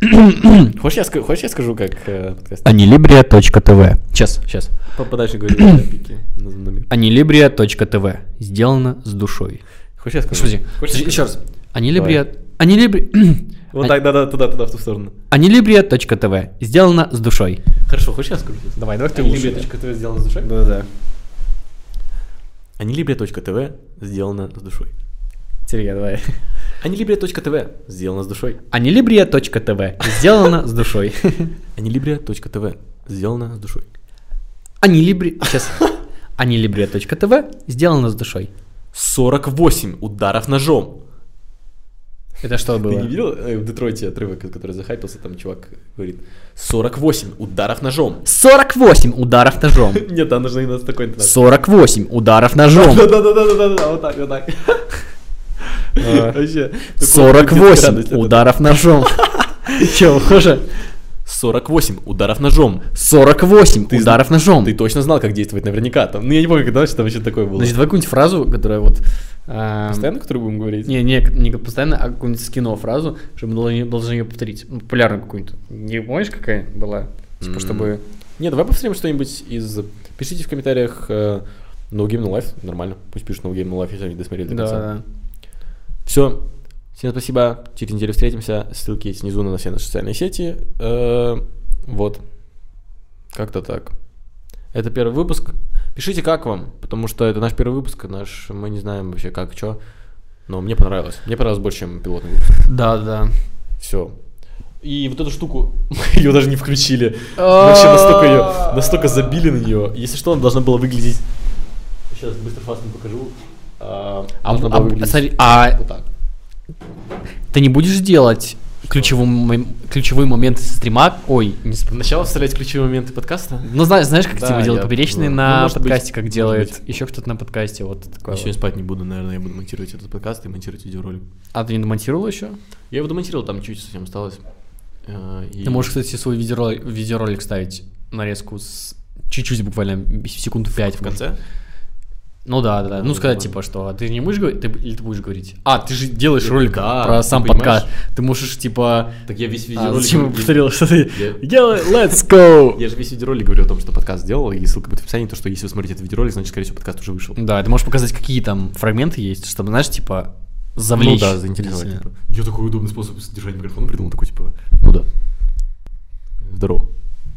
*coughs* Хочешь я, ска- хочешь я скажу, как э, подкаст? Анилибрия.тв Сейчас, сейчас. По- Подальше *coughs* говорю, я пики на номер. Анилибрия.тв Сделано с душой. Хочешь я скажу? Подожди, Хочешь, я подожди, еще скажу? раз. Анилибрия... Анилибри... *clears throat* Вот так, да-да, туда-туда, в ту сторону. Анилибрия.тв Сделано с душой. Хорошо, хочешь я скажу? Давай, давай Анилибрия.тв сделано с душой? Да-да. Анилибрия.тв сделано с душой. Теперь я, давай. Анилибрия.тв сделано с душой. Анилибрия.тв Сделано с душой. *laughs* Анилибрия.тв сделано с душой. Анилибри... Сейчас. Анилибрия.тв Сделано с душой. 48 ударов ножом. Это что Ты не было? видел э, в Детройте отрывок, который захайпился, там чувак говорит 48 ударов ножом. 48 ударов ножом. Нет, там нужно именно с такой интонацией. 48 ударов ножом. *laughs* Да-да-да-да-да, вот так, вот так. Вообще. такой детский 48 радость это. ударов *laughs* ножом. Че, хуже? 48 ударов ножом. 48 Ты ударов ножом. Ты точно знал, как действовать наверняка. Там, ну, я не помню, когда что там вообще такое было. Значит, давай какую-нибудь фразу, которая вот... эм, постоянно, которую будем говорить? Не, не, не постоянно, а какую-нибудь с кино фразу, чтобы мы должны, должны ее повторить. Ну, популярную какую-нибудь. Не помнишь, какая была? Типа, М. чтобы... Не, давай повторим что-нибудь из... Пишите в комментариях э, No Game No Life, нормально. Пусть пишут No Game No Life, если они досмотрели до Да, конца. да. Все. Всем спасибо. Через неделю встретимся. Ссылки есть внизу на все наши социальные сети. Э, Вот. Как-то так. Это первый выпуск. Пишите, как вам, потому что это наш первый выпуск, наш, мы не знаем вообще как, что. Но мне понравилось. Мне понравилось больше, чем пилотный выпуск. Да, да. Все. И вот эту штуку, *laughs* ее даже не включили. Вообще настолько ее, настолько забили на нее. Если что, она должна была выглядеть... Сейчас быстро фастно покажу. А, А, должна а, была выглядеть смотри, а вот так. ты не будешь делать ключевой, мом- ключевой момент со стрима? Ой, не с- Сначала вставлять ключевые моменты подкаста. Ну, знаешь, знаешь, как Да, типа делает я поперечный понимаю. Ну, на может быть, подкасте, как может делает. быть. Еще кто-то на подкасте, вот такое. Еще вот. не спать не буду, наверное, я буду монтировать этот подкаст и монтировать видеоролик. А ты не домонтировал еще? Я его домонтировал, там чуть совсем осталось. Э, и- Ты можешь, кстати, свой видеоролик, видеоролик ставить нарезку с чуть-чуть буквально секунду 5 в конце? Ну да, да, да. Ну Ну, сказать, да. типа, что а ты не будешь говорить, ты, или ты будешь говорить. А, ты же делаешь ролик а, Да, про ты сам понимаешь? подкаст. Ты можешь, типа. Так я весь а, видеоролик... зачем я повторил, что ты. Я- *laughs* Делай, let's go! Я же весь видеоролик говорю о том, что подкаст сделал, и ссылка будет в описании, то что если вы смотрите этот видеоролик, значит, скорее всего, подкаст уже вышел. Да, ты можешь показать, какие там фрагменты есть, чтобы, знаешь, типа, завлечь. Ну да, заинтересовать. зрителя. типа. Я такой удобный способ содержания микрофона придумал, такой типа, ну да. Здорово.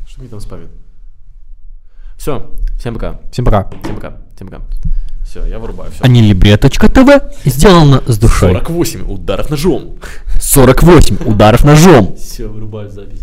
Что мне там спамят? Все, всем пока, Всем пока. А всем пока, всем пока. Все, я вырубаю, все. Анилибрия.тв сделано с душой. 48 ударов ножом. 48 ударов ножом. Все, вырубаю запись.